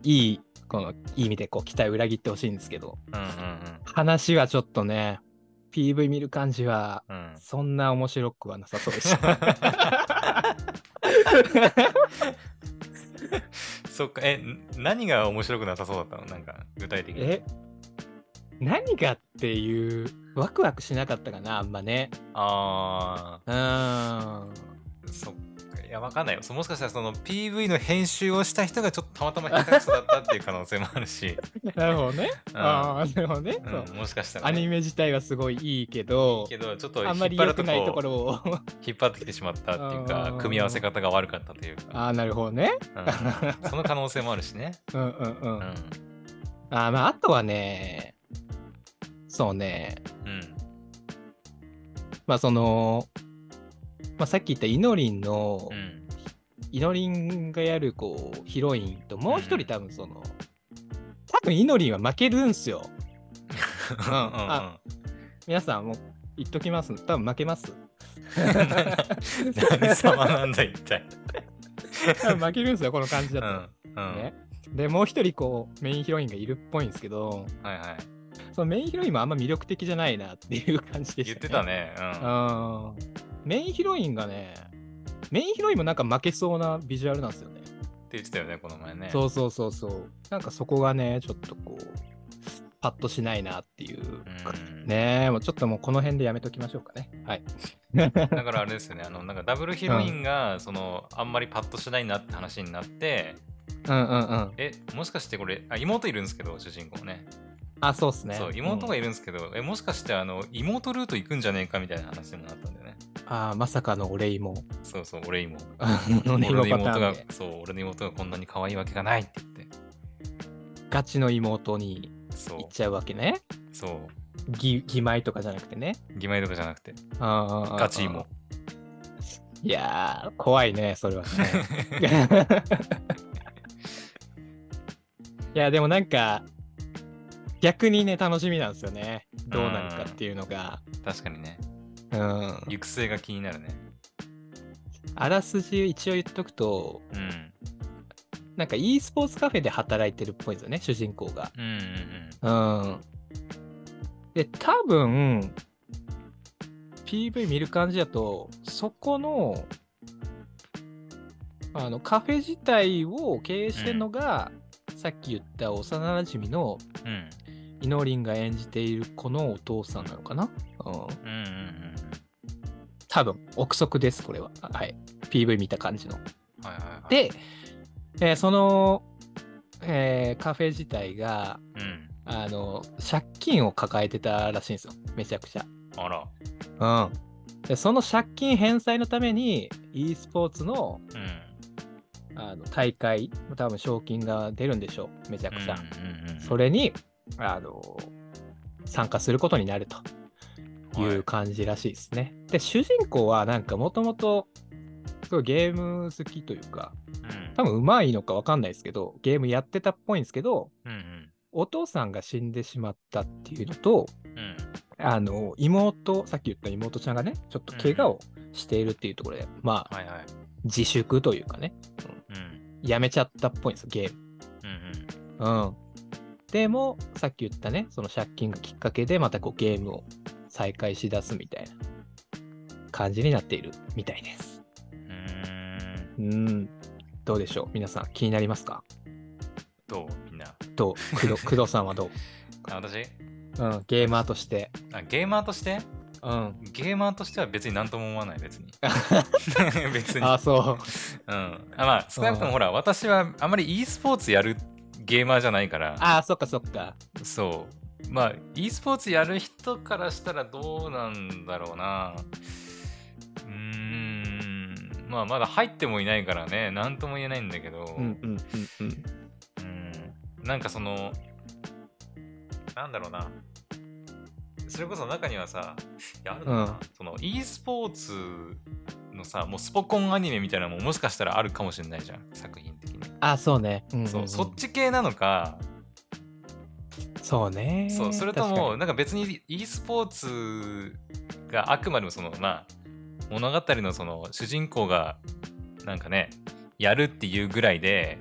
[SPEAKER 1] いい、この、いい意味で、こう、期待を裏切ってほしいんですけど、
[SPEAKER 2] うんうん
[SPEAKER 1] 話はちょっとね、PV 見る感じは、
[SPEAKER 2] うん。 うん。
[SPEAKER 1] そんな面白くはなさそうでした。
[SPEAKER 2] そっか、え、ん何が面白くなさそうだったのなんか、具体的に。
[SPEAKER 1] え何がっていう、ワクワクしなかったかな、あんまね。
[SPEAKER 2] あ
[SPEAKER 1] うーん。
[SPEAKER 2] ー、そっか。いや、わかんないよ。そもしかしたら、その PV の編集をした人がちょっとたまたま下手くそだったっていう可能性もある し、
[SPEAKER 1] なるほどね。
[SPEAKER 2] うん
[SPEAKER 1] ああ、なるほどね。
[SPEAKER 2] う、
[SPEAKER 1] そうん
[SPEAKER 2] もしかしたら
[SPEAKER 1] ア
[SPEAKER 2] ね、
[SPEAKER 1] ニメ自体はすごいいいけど、
[SPEAKER 2] けど、ちょっと引
[SPEAKER 1] あ
[SPEAKER 2] っ
[SPEAKER 1] んまり
[SPEAKER 2] 張
[SPEAKER 1] 良
[SPEAKER 2] ると
[SPEAKER 1] くないとこ
[SPEAKER 2] こ、
[SPEAKER 1] ろ を。
[SPEAKER 2] 引っ張ってきてしまったってい
[SPEAKER 1] あ
[SPEAKER 2] うか
[SPEAKER 1] ー、
[SPEAKER 2] 組み合わせ方が悪かったというか、
[SPEAKER 1] ああ、なるほどね。
[SPEAKER 2] うんその可能性もあるしね。
[SPEAKER 1] うんうん うん。
[SPEAKER 2] うん。
[SPEAKER 1] あーまあ、あとはね、そうね、
[SPEAKER 2] うん。
[SPEAKER 1] まあその、まあ、さっき言ったイノリンの、
[SPEAKER 2] うん。
[SPEAKER 1] イノリンがやるこうヒロインともう一人多分その、多分イノリンは負けるんすよ。あ皆さんもう言っときます。多分負け ます。
[SPEAKER 2] うんうん。 何様なんだ、一体。
[SPEAKER 1] 多分負けるんすよ、この感じ
[SPEAKER 2] う
[SPEAKER 1] だと。
[SPEAKER 2] ん。うん。
[SPEAKER 1] ね、でもう一人こうメインヒロインがいるっぽいんですけど
[SPEAKER 2] はいはい。
[SPEAKER 1] そのメインヒロインもあんま魅力的じゃないなっていう感じで
[SPEAKER 2] 言っ
[SPEAKER 1] してた
[SPEAKER 2] た
[SPEAKER 1] ね。
[SPEAKER 2] ね。うん。
[SPEAKER 1] うんメインヒロインがねメインヒロインもなんか負けそうなビジュアルなんですよね。
[SPEAKER 2] って言ってたよね、この前ね。
[SPEAKER 1] そうそうそうそう。なんかそこがね、ちょっとこう、パッとしないなっていう。
[SPEAKER 2] うん
[SPEAKER 1] ねえ、もうちょっともうこの辺でやめときましょうかね。はい。
[SPEAKER 2] だからあれですよね、あのなんかダブルヒロインが、そのあんまりパッとしないなって話になって、
[SPEAKER 1] うんうんうん。
[SPEAKER 2] え、もしかしてこれ、あ妹いるんですけど、主人公ね。
[SPEAKER 1] あ、そうっすね。
[SPEAKER 2] そう、妹が
[SPEAKER 1] い
[SPEAKER 2] いるんですけど、え、もしかしてあの妹ルート行くんじゃねえかみたいな話になったんだよね。
[SPEAKER 1] あーまさかのお礼も。
[SPEAKER 2] そうそう、俺妹。
[SPEAKER 1] 俺
[SPEAKER 2] 俺
[SPEAKER 1] パ
[SPEAKER 2] の
[SPEAKER 1] タ
[SPEAKER 2] 妹
[SPEAKER 1] ー
[SPEAKER 2] が
[SPEAKER 1] ンで、
[SPEAKER 2] そう、俺の妹がこんなに可愛いわけがないって言って。
[SPEAKER 1] ガチの妹に
[SPEAKER 2] そ
[SPEAKER 1] 行っちゃうわけね。
[SPEAKER 2] う、そ
[SPEAKER 1] 義義妹とかじゃなくてね。
[SPEAKER 2] う、義妹とかじゃなくて、
[SPEAKER 1] あーあーあー
[SPEAKER 2] ガチ妹。
[SPEAKER 1] いやー、怖いね、それは ね。いや、でもなんか、逆にね、楽しみなんですよね。どうなるかっていうのが。
[SPEAKER 2] 確かにね、
[SPEAKER 1] うん。
[SPEAKER 2] 行く末が気になるね。
[SPEAKER 1] あらすじ一応言っとくと、
[SPEAKER 2] うん。
[SPEAKER 1] なんか e スポーツカフェで働いてるっぽいんですよね、主人公が。
[SPEAKER 2] うんうん
[SPEAKER 1] うん。で、多分、PV 見る感じだと、そこの、あの、カフェ自体を経営してるのが、さっき言った幼なじみの
[SPEAKER 2] うん。うん。
[SPEAKER 1] イノリンが演じているこのお父さんなのかなうん。
[SPEAKER 2] うんうんうん
[SPEAKER 1] 多分、憶測です、これは。はい。PV 見た感じの。
[SPEAKER 2] うん。はいはいはい。、
[SPEAKER 1] で、えーその、えーカフェ自体が、
[SPEAKER 2] うん。
[SPEAKER 1] あの、借金を抱えてたらしいんですよ。めちゃくちゃ。
[SPEAKER 2] あ
[SPEAKER 1] う
[SPEAKER 2] ら。
[SPEAKER 1] ん。で、その借金返済のために、e スポーツの
[SPEAKER 2] うん。
[SPEAKER 1] あの大会、多分賞金が出るんでしょう、めちゃくちゃ。
[SPEAKER 2] うんうんうん、
[SPEAKER 1] それに、あの、参加することになるという感じらしいですね。で、主人公はなんかもともと、すごいゲーム好きというか、
[SPEAKER 2] はい、
[SPEAKER 1] 多分うまいのかわかんないですけど、ゲームやってたっぽいんですけど、
[SPEAKER 2] うんうん
[SPEAKER 1] お父さんが死んでしまったっていうのと、
[SPEAKER 2] うん
[SPEAKER 1] あの妹、さっき言った妹ちゃんがね、ちょっと怪我をしているっていうところで、まあ、
[SPEAKER 2] はいはい
[SPEAKER 1] 自粛というかね、
[SPEAKER 2] うん
[SPEAKER 1] やめちゃったっぽいんですよ、ゲーム。
[SPEAKER 2] うん
[SPEAKER 1] うん。でも、さっき言ったね、その借金がきっかけで、またこうゲームを再開しだすみたいな感じになっているみたいです。
[SPEAKER 2] うんうーん
[SPEAKER 1] うん。どうでしょう皆さん、気になりますか
[SPEAKER 2] どうみんな
[SPEAKER 1] どう工 藤工藤さんはどう
[SPEAKER 2] あ私
[SPEAKER 1] うん、ゲーマーとして。
[SPEAKER 2] あゲーマーとして
[SPEAKER 1] うん。
[SPEAKER 2] ゲーマーとしては別に何とも思わない別に別に
[SPEAKER 1] あ、そう。
[SPEAKER 2] うんあまあ少なくともほら私はあまり e スポーツやるゲーマーじゃないから
[SPEAKER 1] あ、そっかそっか。
[SPEAKER 2] そうまあ e スポーツやる人からしたらどうなんだろうなうーんまあまだ入ってもいないからね何とも言えないんだけど、
[SPEAKER 1] うんうんうんうん。
[SPEAKER 2] うんなんかそのなんだろうなそれこそ中にはさいやあるのかな、
[SPEAKER 1] うん
[SPEAKER 2] その e スポーツのさもうスポコンアニメみたいなのももしかしたらあるかもしれないじゃん作品的に、
[SPEAKER 1] あ、そうね。うんうんうん
[SPEAKER 2] そうそっち系なのか
[SPEAKER 1] そうね。
[SPEAKER 2] そうそれとも
[SPEAKER 1] 確
[SPEAKER 2] なんか別に e スポーツがあくまでもそのまあ物語のその主人公がなんかねやるっていうぐらいで、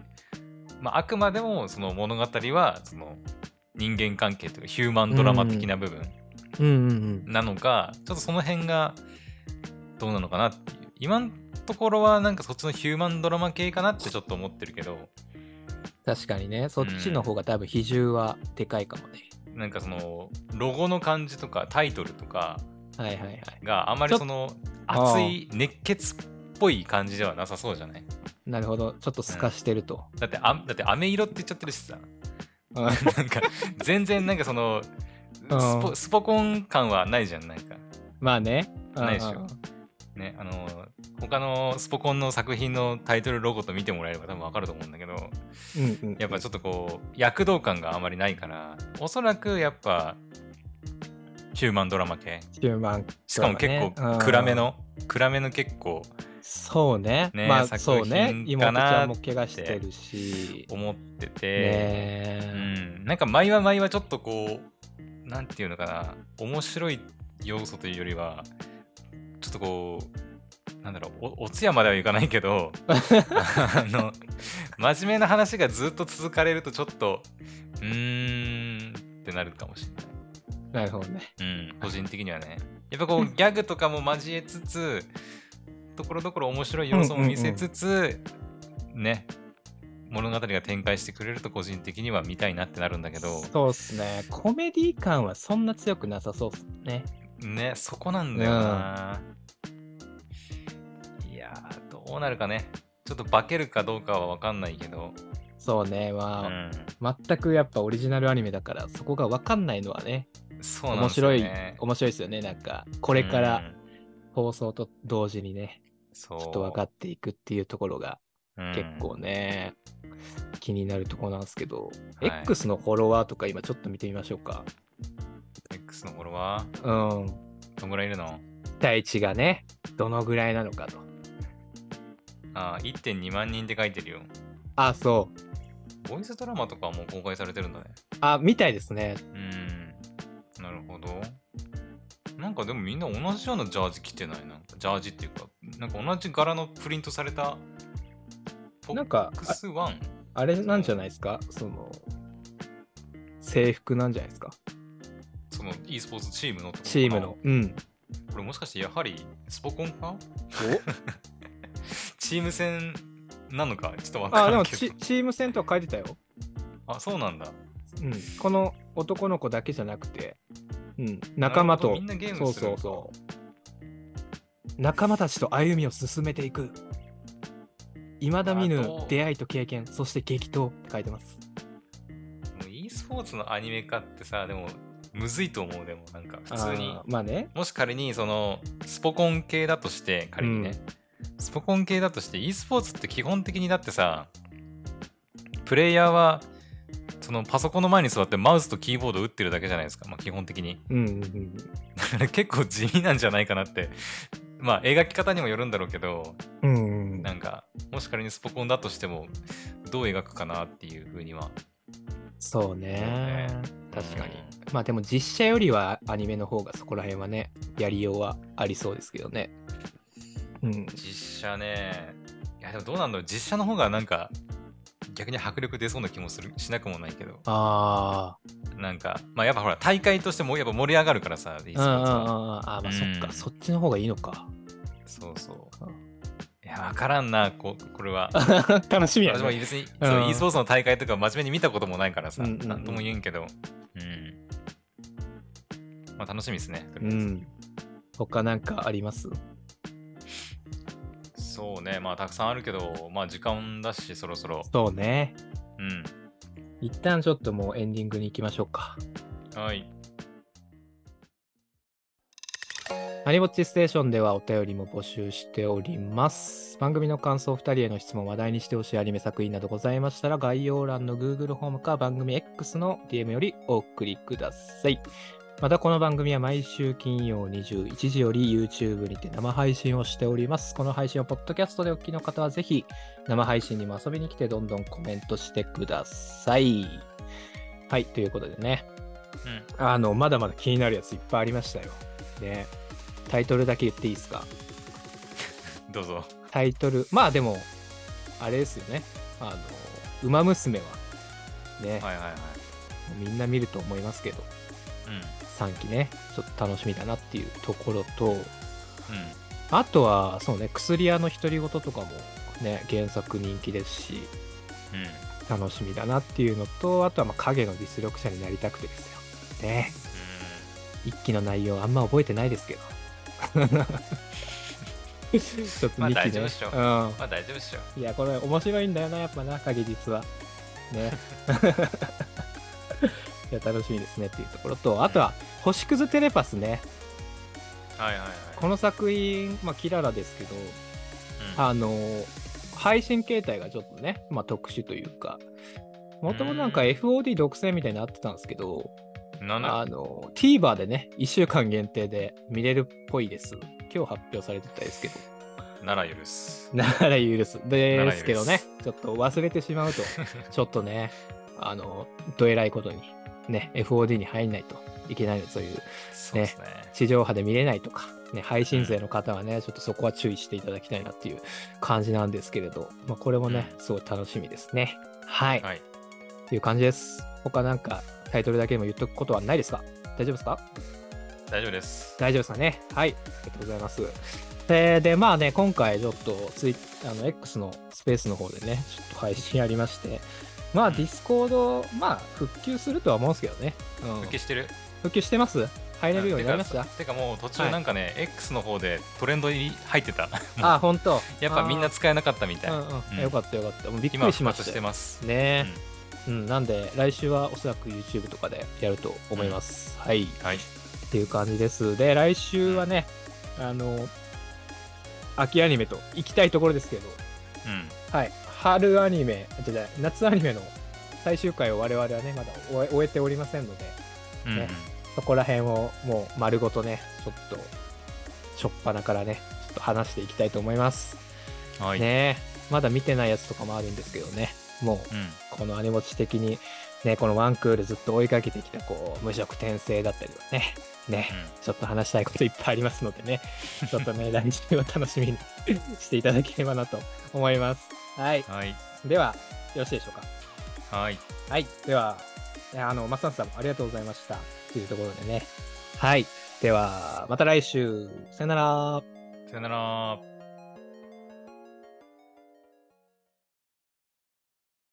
[SPEAKER 2] まあ、あくまでもその物語はその人間関係というかヒューマンドラマ的な部分
[SPEAKER 1] かにうんうんうん。
[SPEAKER 2] なのか、ちょっとその辺がどうなのかなっていう今のところはなんかそっちのヒューマンドラマ系かなってちょっと思ってるけど
[SPEAKER 1] 確かにね。そっちの方が多分比重はでかいかもね。
[SPEAKER 2] なんかそのロゴの感じとかタイトルとか
[SPEAKER 1] はいはいはい。
[SPEAKER 2] があまりその
[SPEAKER 1] ょ
[SPEAKER 2] 熱い熱血っぽい感じではなさそうじゃない
[SPEAKER 1] なるほど。ちょっと透かしてると。
[SPEAKER 2] だってあだって飴色って言っちゃってるしさ
[SPEAKER 1] うん
[SPEAKER 2] なんか全然なんかそのス
[SPEAKER 1] う
[SPEAKER 2] ポスポコン感はないじゃんなんか
[SPEAKER 1] まあね。
[SPEAKER 2] ないでしょ
[SPEAKER 1] うんうん
[SPEAKER 2] ねあの他のスポコンの作品のタイトルロゴと見てもらえれば多分わかると思うんだけど
[SPEAKER 1] うんうん、
[SPEAKER 2] やっぱちょっとこう躍動感があまりないからおそらくやっぱヒューマンドラマ系
[SPEAKER 1] 10万
[SPEAKER 2] しかも結
[SPEAKER 1] そうだねう
[SPEAKER 2] 構
[SPEAKER 1] ん
[SPEAKER 2] 暗めの、暗めの結構
[SPEAKER 1] そうね
[SPEAKER 2] ね
[SPEAKER 1] まあ
[SPEAKER 2] 作
[SPEAKER 1] そうね
[SPEAKER 2] 品
[SPEAKER 1] 妹ち
[SPEAKER 2] かな
[SPEAKER 1] ゃ
[SPEAKER 2] っ
[SPEAKER 1] ん
[SPEAKER 2] て
[SPEAKER 1] も怪我してるし
[SPEAKER 2] 思ってて、
[SPEAKER 1] ねえ
[SPEAKER 2] うん、なんか前は前はちょっとこうなんていうのかな面白い要素というよりはちょっとこうなんだろうおお通夜まではいかないけ どあの真面目な話がずっと続かれるとちょっとうーんってなるかもし
[SPEAKER 1] なるほどね
[SPEAKER 2] れない、うん、個人的にはねやっぱこうギャグとかも交えつつところどころ面白い要素も見せつつ、ね物語が展開してくれると個人的には見たいなってなるんだけど
[SPEAKER 1] そうっすねコメディ感はそんな強くなさそうっすね
[SPEAKER 2] ねそこなんだよな、いやーどうなるかねちょっと化けるかどうかは分かんないけど、
[SPEAKER 1] そうね
[SPEAKER 2] う
[SPEAKER 1] ま
[SPEAKER 2] ん、
[SPEAKER 1] あ、全くやっぱオリジナルアニメだからそこが分かんないのはね
[SPEAKER 2] そうなんですよね
[SPEAKER 1] 面白いですよねなんかこ
[SPEAKER 2] こ
[SPEAKER 1] れから放送と同時にね、
[SPEAKER 2] ちょ
[SPEAKER 1] ちょっと分か
[SPEAKER 2] っ
[SPEAKER 1] っていくっていうところが結構ね、気になるところなんですけど、
[SPEAKER 2] はい
[SPEAKER 1] X のフォロワーとか今ちょっと見てみましょうか。
[SPEAKER 2] X のフォロワー
[SPEAKER 1] うん。
[SPEAKER 2] どんぐらいいるの
[SPEAKER 1] 第一がね、どのぐらいなのかと。
[SPEAKER 2] あー1.2万人って書いてるよ
[SPEAKER 1] あ、そう。
[SPEAKER 2] ボイスドラマとかはもう公開されてるんだね
[SPEAKER 1] あ、みたいですね。
[SPEAKER 2] うんなるほどなんかでもみんな同じようなジャージ着てないなんかジャージっていうかなんか同じ柄のプリントされたフ
[SPEAKER 1] な
[SPEAKER 2] ォ
[SPEAKER 1] んか
[SPEAKER 2] ックスワン
[SPEAKER 1] あれなんじゃないですかその、制服なんじゃないですか
[SPEAKER 2] その e スポーツチームのってことかな
[SPEAKER 1] チームの。うん。
[SPEAKER 2] これもしかしてやはりスポコンかチーム戦なのかちょっとわ
[SPEAKER 1] あ、
[SPEAKER 2] か
[SPEAKER 1] で
[SPEAKER 2] らん
[SPEAKER 1] も
[SPEAKER 2] け
[SPEAKER 1] チ
[SPEAKER 2] ど
[SPEAKER 1] チーム戦とは書いてたよ。
[SPEAKER 2] あそうなんだ
[SPEAKER 1] うん。この男の子だけじゃなくて、うん。仲間
[SPEAKER 2] なるほど
[SPEAKER 1] と
[SPEAKER 2] みん、なゲー
[SPEAKER 1] そ
[SPEAKER 2] ム
[SPEAKER 1] う
[SPEAKER 2] する
[SPEAKER 1] そうそう。仲間たちと歩みを進めていく。いまだ見
[SPEAKER 2] あ
[SPEAKER 1] ぬ
[SPEAKER 2] どう
[SPEAKER 1] 出会いと経験、そして激闘って書いてます。
[SPEAKER 2] もう e スポーツのアニメ化ってさでもむずいと思うでもなんか普通に
[SPEAKER 1] あーまあね。
[SPEAKER 2] もし仮にそのスポコン系だとして仮にね、スポコン系だとして e スポーツって基本的にだってさプレイヤーはそのパソコンの前に座ってマウスとキーボード打ってるだけじゃないですか、まあ、基本的に
[SPEAKER 1] うんうんうん。
[SPEAKER 2] 結構地味なんじゃないかなってまあ描き方にもよるんだろうけど
[SPEAKER 1] うんうん、
[SPEAKER 2] なんかもし仮にスポコンだとしてもどう描くかなっていうふうには
[SPEAKER 1] そう
[SPEAKER 2] そう
[SPEAKER 1] ね
[SPEAKER 2] ね。
[SPEAKER 1] 確かに
[SPEAKER 2] うん。
[SPEAKER 1] まあでも実写よりはアニメの方がそこら辺はね、やりようはありそうですけどね。うん。
[SPEAKER 2] 実写ねいやでもどうなんだろう実写の方がなんか逆に迫力出そうな気もするしなくもないけど
[SPEAKER 1] あ
[SPEAKER 2] なんか、まあ、やっぱほら、大会としてもやっぱ盛り上がるからさ、e ス
[SPEAKER 1] あ。うんう
[SPEAKER 2] ポ
[SPEAKER 1] んう
[SPEAKER 2] ーツ
[SPEAKER 1] ん
[SPEAKER 2] は。
[SPEAKER 1] うん。あーまあそっか、
[SPEAKER 2] うん
[SPEAKER 1] そっちの方がいいの か。
[SPEAKER 2] そうそう。いや、わからんな、ここ れは。
[SPEAKER 1] 楽しみや
[SPEAKER 2] 私も
[SPEAKER 1] ね。
[SPEAKER 2] 別に、
[SPEAKER 1] うん
[SPEAKER 2] そう e スポーツの大会とか真面目に見たこともないからさ、
[SPEAKER 1] うんうんうん
[SPEAKER 2] なんとも言えんけど。うん。まあ、楽しみですね。と
[SPEAKER 1] う
[SPEAKER 2] りあえず
[SPEAKER 1] ん。他なんかあります
[SPEAKER 2] そうね、まあ、たくさんあるけど、まあ、時間だし、そろそろ。
[SPEAKER 1] そうね。
[SPEAKER 2] うん。
[SPEAKER 1] 一旦ちょっともうエンディングに行きましょうか。
[SPEAKER 2] はい。
[SPEAKER 1] アニぼっちステーションではお便りも募集しております。番組の感想、2人への質問、話題にしてほしいアニメ作品などございましたら、概要欄の Google ホームか番組 X の DM よりお送りください。またこの番組は毎週金曜21時より YouTube にて生配信をしております。この配信をポッドキャストでお聞きの方はぜひ生配信にも遊びに来てどんどんコメントしてください。はい、ということでね、
[SPEAKER 2] うん。
[SPEAKER 1] あの、まだまだ気になるやついっぱいありましたよ。で、タイトルだけ言っていいですか
[SPEAKER 2] どうぞ。
[SPEAKER 1] タイトル、まあでも、あれですよね。あの、ウマ娘は、ね、
[SPEAKER 2] はいはいはい。
[SPEAKER 1] みんな見ると思いますけど、
[SPEAKER 2] うん。うん。
[SPEAKER 1] 3期ね、ちょっと楽しみだなっていうところと、あとは、そうね、薬屋の独り言とかも、ね、原作人気ですし、
[SPEAKER 2] うん。うん。
[SPEAKER 1] 楽しみだなっていうのと、あとは、まあ、影の実力者になりたくてですよ。ね、一期の内容あんま覚えてないですけ ど。ちょっと
[SPEAKER 2] まあ
[SPEAKER 1] 二期ね、
[SPEAKER 2] 大丈夫でしょ
[SPEAKER 1] うん。
[SPEAKER 2] まあ大丈夫っしょ。
[SPEAKER 1] いや、これ面白いんだよな、やっぱな、影実は。ね。 いや、楽しみですねっていうところと、あとは、星屑テレパスね。
[SPEAKER 2] はいはいはい。
[SPEAKER 1] この作品、まあ、キララですけど、
[SPEAKER 2] うん
[SPEAKER 1] あのー配信形態がちょっとね、まあ、特殊というか、もともとなんか
[SPEAKER 2] うん
[SPEAKER 1] FOD 独占みたいになってたんですけど、
[SPEAKER 2] なんだ
[SPEAKER 1] あのー、TVer でね、1週間限定で見れるっぽいです。今日発表されてたですけ ど。
[SPEAKER 2] なら許す。
[SPEAKER 1] なら許す。ですけど
[SPEAKER 2] なら
[SPEAKER 1] ね
[SPEAKER 2] 許、
[SPEAKER 1] ちょっと忘れてしま うと、ちょっとね、あの、どえらいことに、ね、FOD に入んないといけないのそういう、
[SPEAKER 2] そうですね。
[SPEAKER 1] 地上波で見れないとか、ね、配信税の方はね、ちょっとそこは注意していただきたいなっていう感じなんですけれど、まあ、これもね、すごい楽しみですね。はい。
[SPEAKER 2] はい。
[SPEAKER 1] っていう感じです。他なんか、タイトルだけでも言っとくことはないですか大丈夫ですか
[SPEAKER 2] 大丈夫です。
[SPEAKER 1] 大丈夫ですかね。はい。ありがとうございます。で、でまあね、今回ちょっとツイあの X のスペースの方でね、ちょっと配信ありまして、まあ、ディスコード、まあ、復旧するとは思うんですけどね。うん、
[SPEAKER 2] 復帰してる
[SPEAKER 1] 復旧してます入れるようになりました
[SPEAKER 2] てかてかもう途中なんかね、X の方でトレンドに入ってた
[SPEAKER 1] あ、本当。
[SPEAKER 2] やっぱみんな使えなかったみた
[SPEAKER 1] あ
[SPEAKER 2] い、
[SPEAKER 1] ー、うんうん
[SPEAKER 2] うん
[SPEAKER 1] よかったよかった。もうびっく
[SPEAKER 2] 今
[SPEAKER 1] り
[SPEAKER 2] は
[SPEAKER 1] し
[SPEAKER 2] 復
[SPEAKER 1] ました
[SPEAKER 2] 活して
[SPEAKER 1] よ。
[SPEAKER 2] ます
[SPEAKER 1] ねうん、なんで、来週はおそらく YouTube とかでやると思います。はい。
[SPEAKER 2] はい
[SPEAKER 1] っていう感じです。で、来週はね、あの、秋アニメと行きたいところですけど、
[SPEAKER 2] う
[SPEAKER 1] はい、春アニメ、じゃじゃ夏アニメの最終回を我々はね、まだ終え終えておりませんので、
[SPEAKER 2] ん、うん
[SPEAKER 1] ねそこら辺をもう丸ごとね、ちょっと、しょっぱなからね、ちょっと話していきたいと思います。
[SPEAKER 2] うんはい、
[SPEAKER 1] ねえまだ見てないやつとかもあるんですけどね、もう、
[SPEAKER 2] うん
[SPEAKER 1] このアニモチ的に、ね、このワンクールずっと追いかけてきた、こう、無職転生だったりとかね、ね、ちょっと話したいこといっぱいありますのでね、ちょっと ね、来週は楽しみにしていただければなと思います。はい。
[SPEAKER 2] うん、はい
[SPEAKER 1] では、よろしいでしょうか。
[SPEAKER 2] はい
[SPEAKER 1] はい。では、えあの、マスタンさんもありがとうございました。というところでね。はい。では、また来週。さよなら。
[SPEAKER 2] さよなら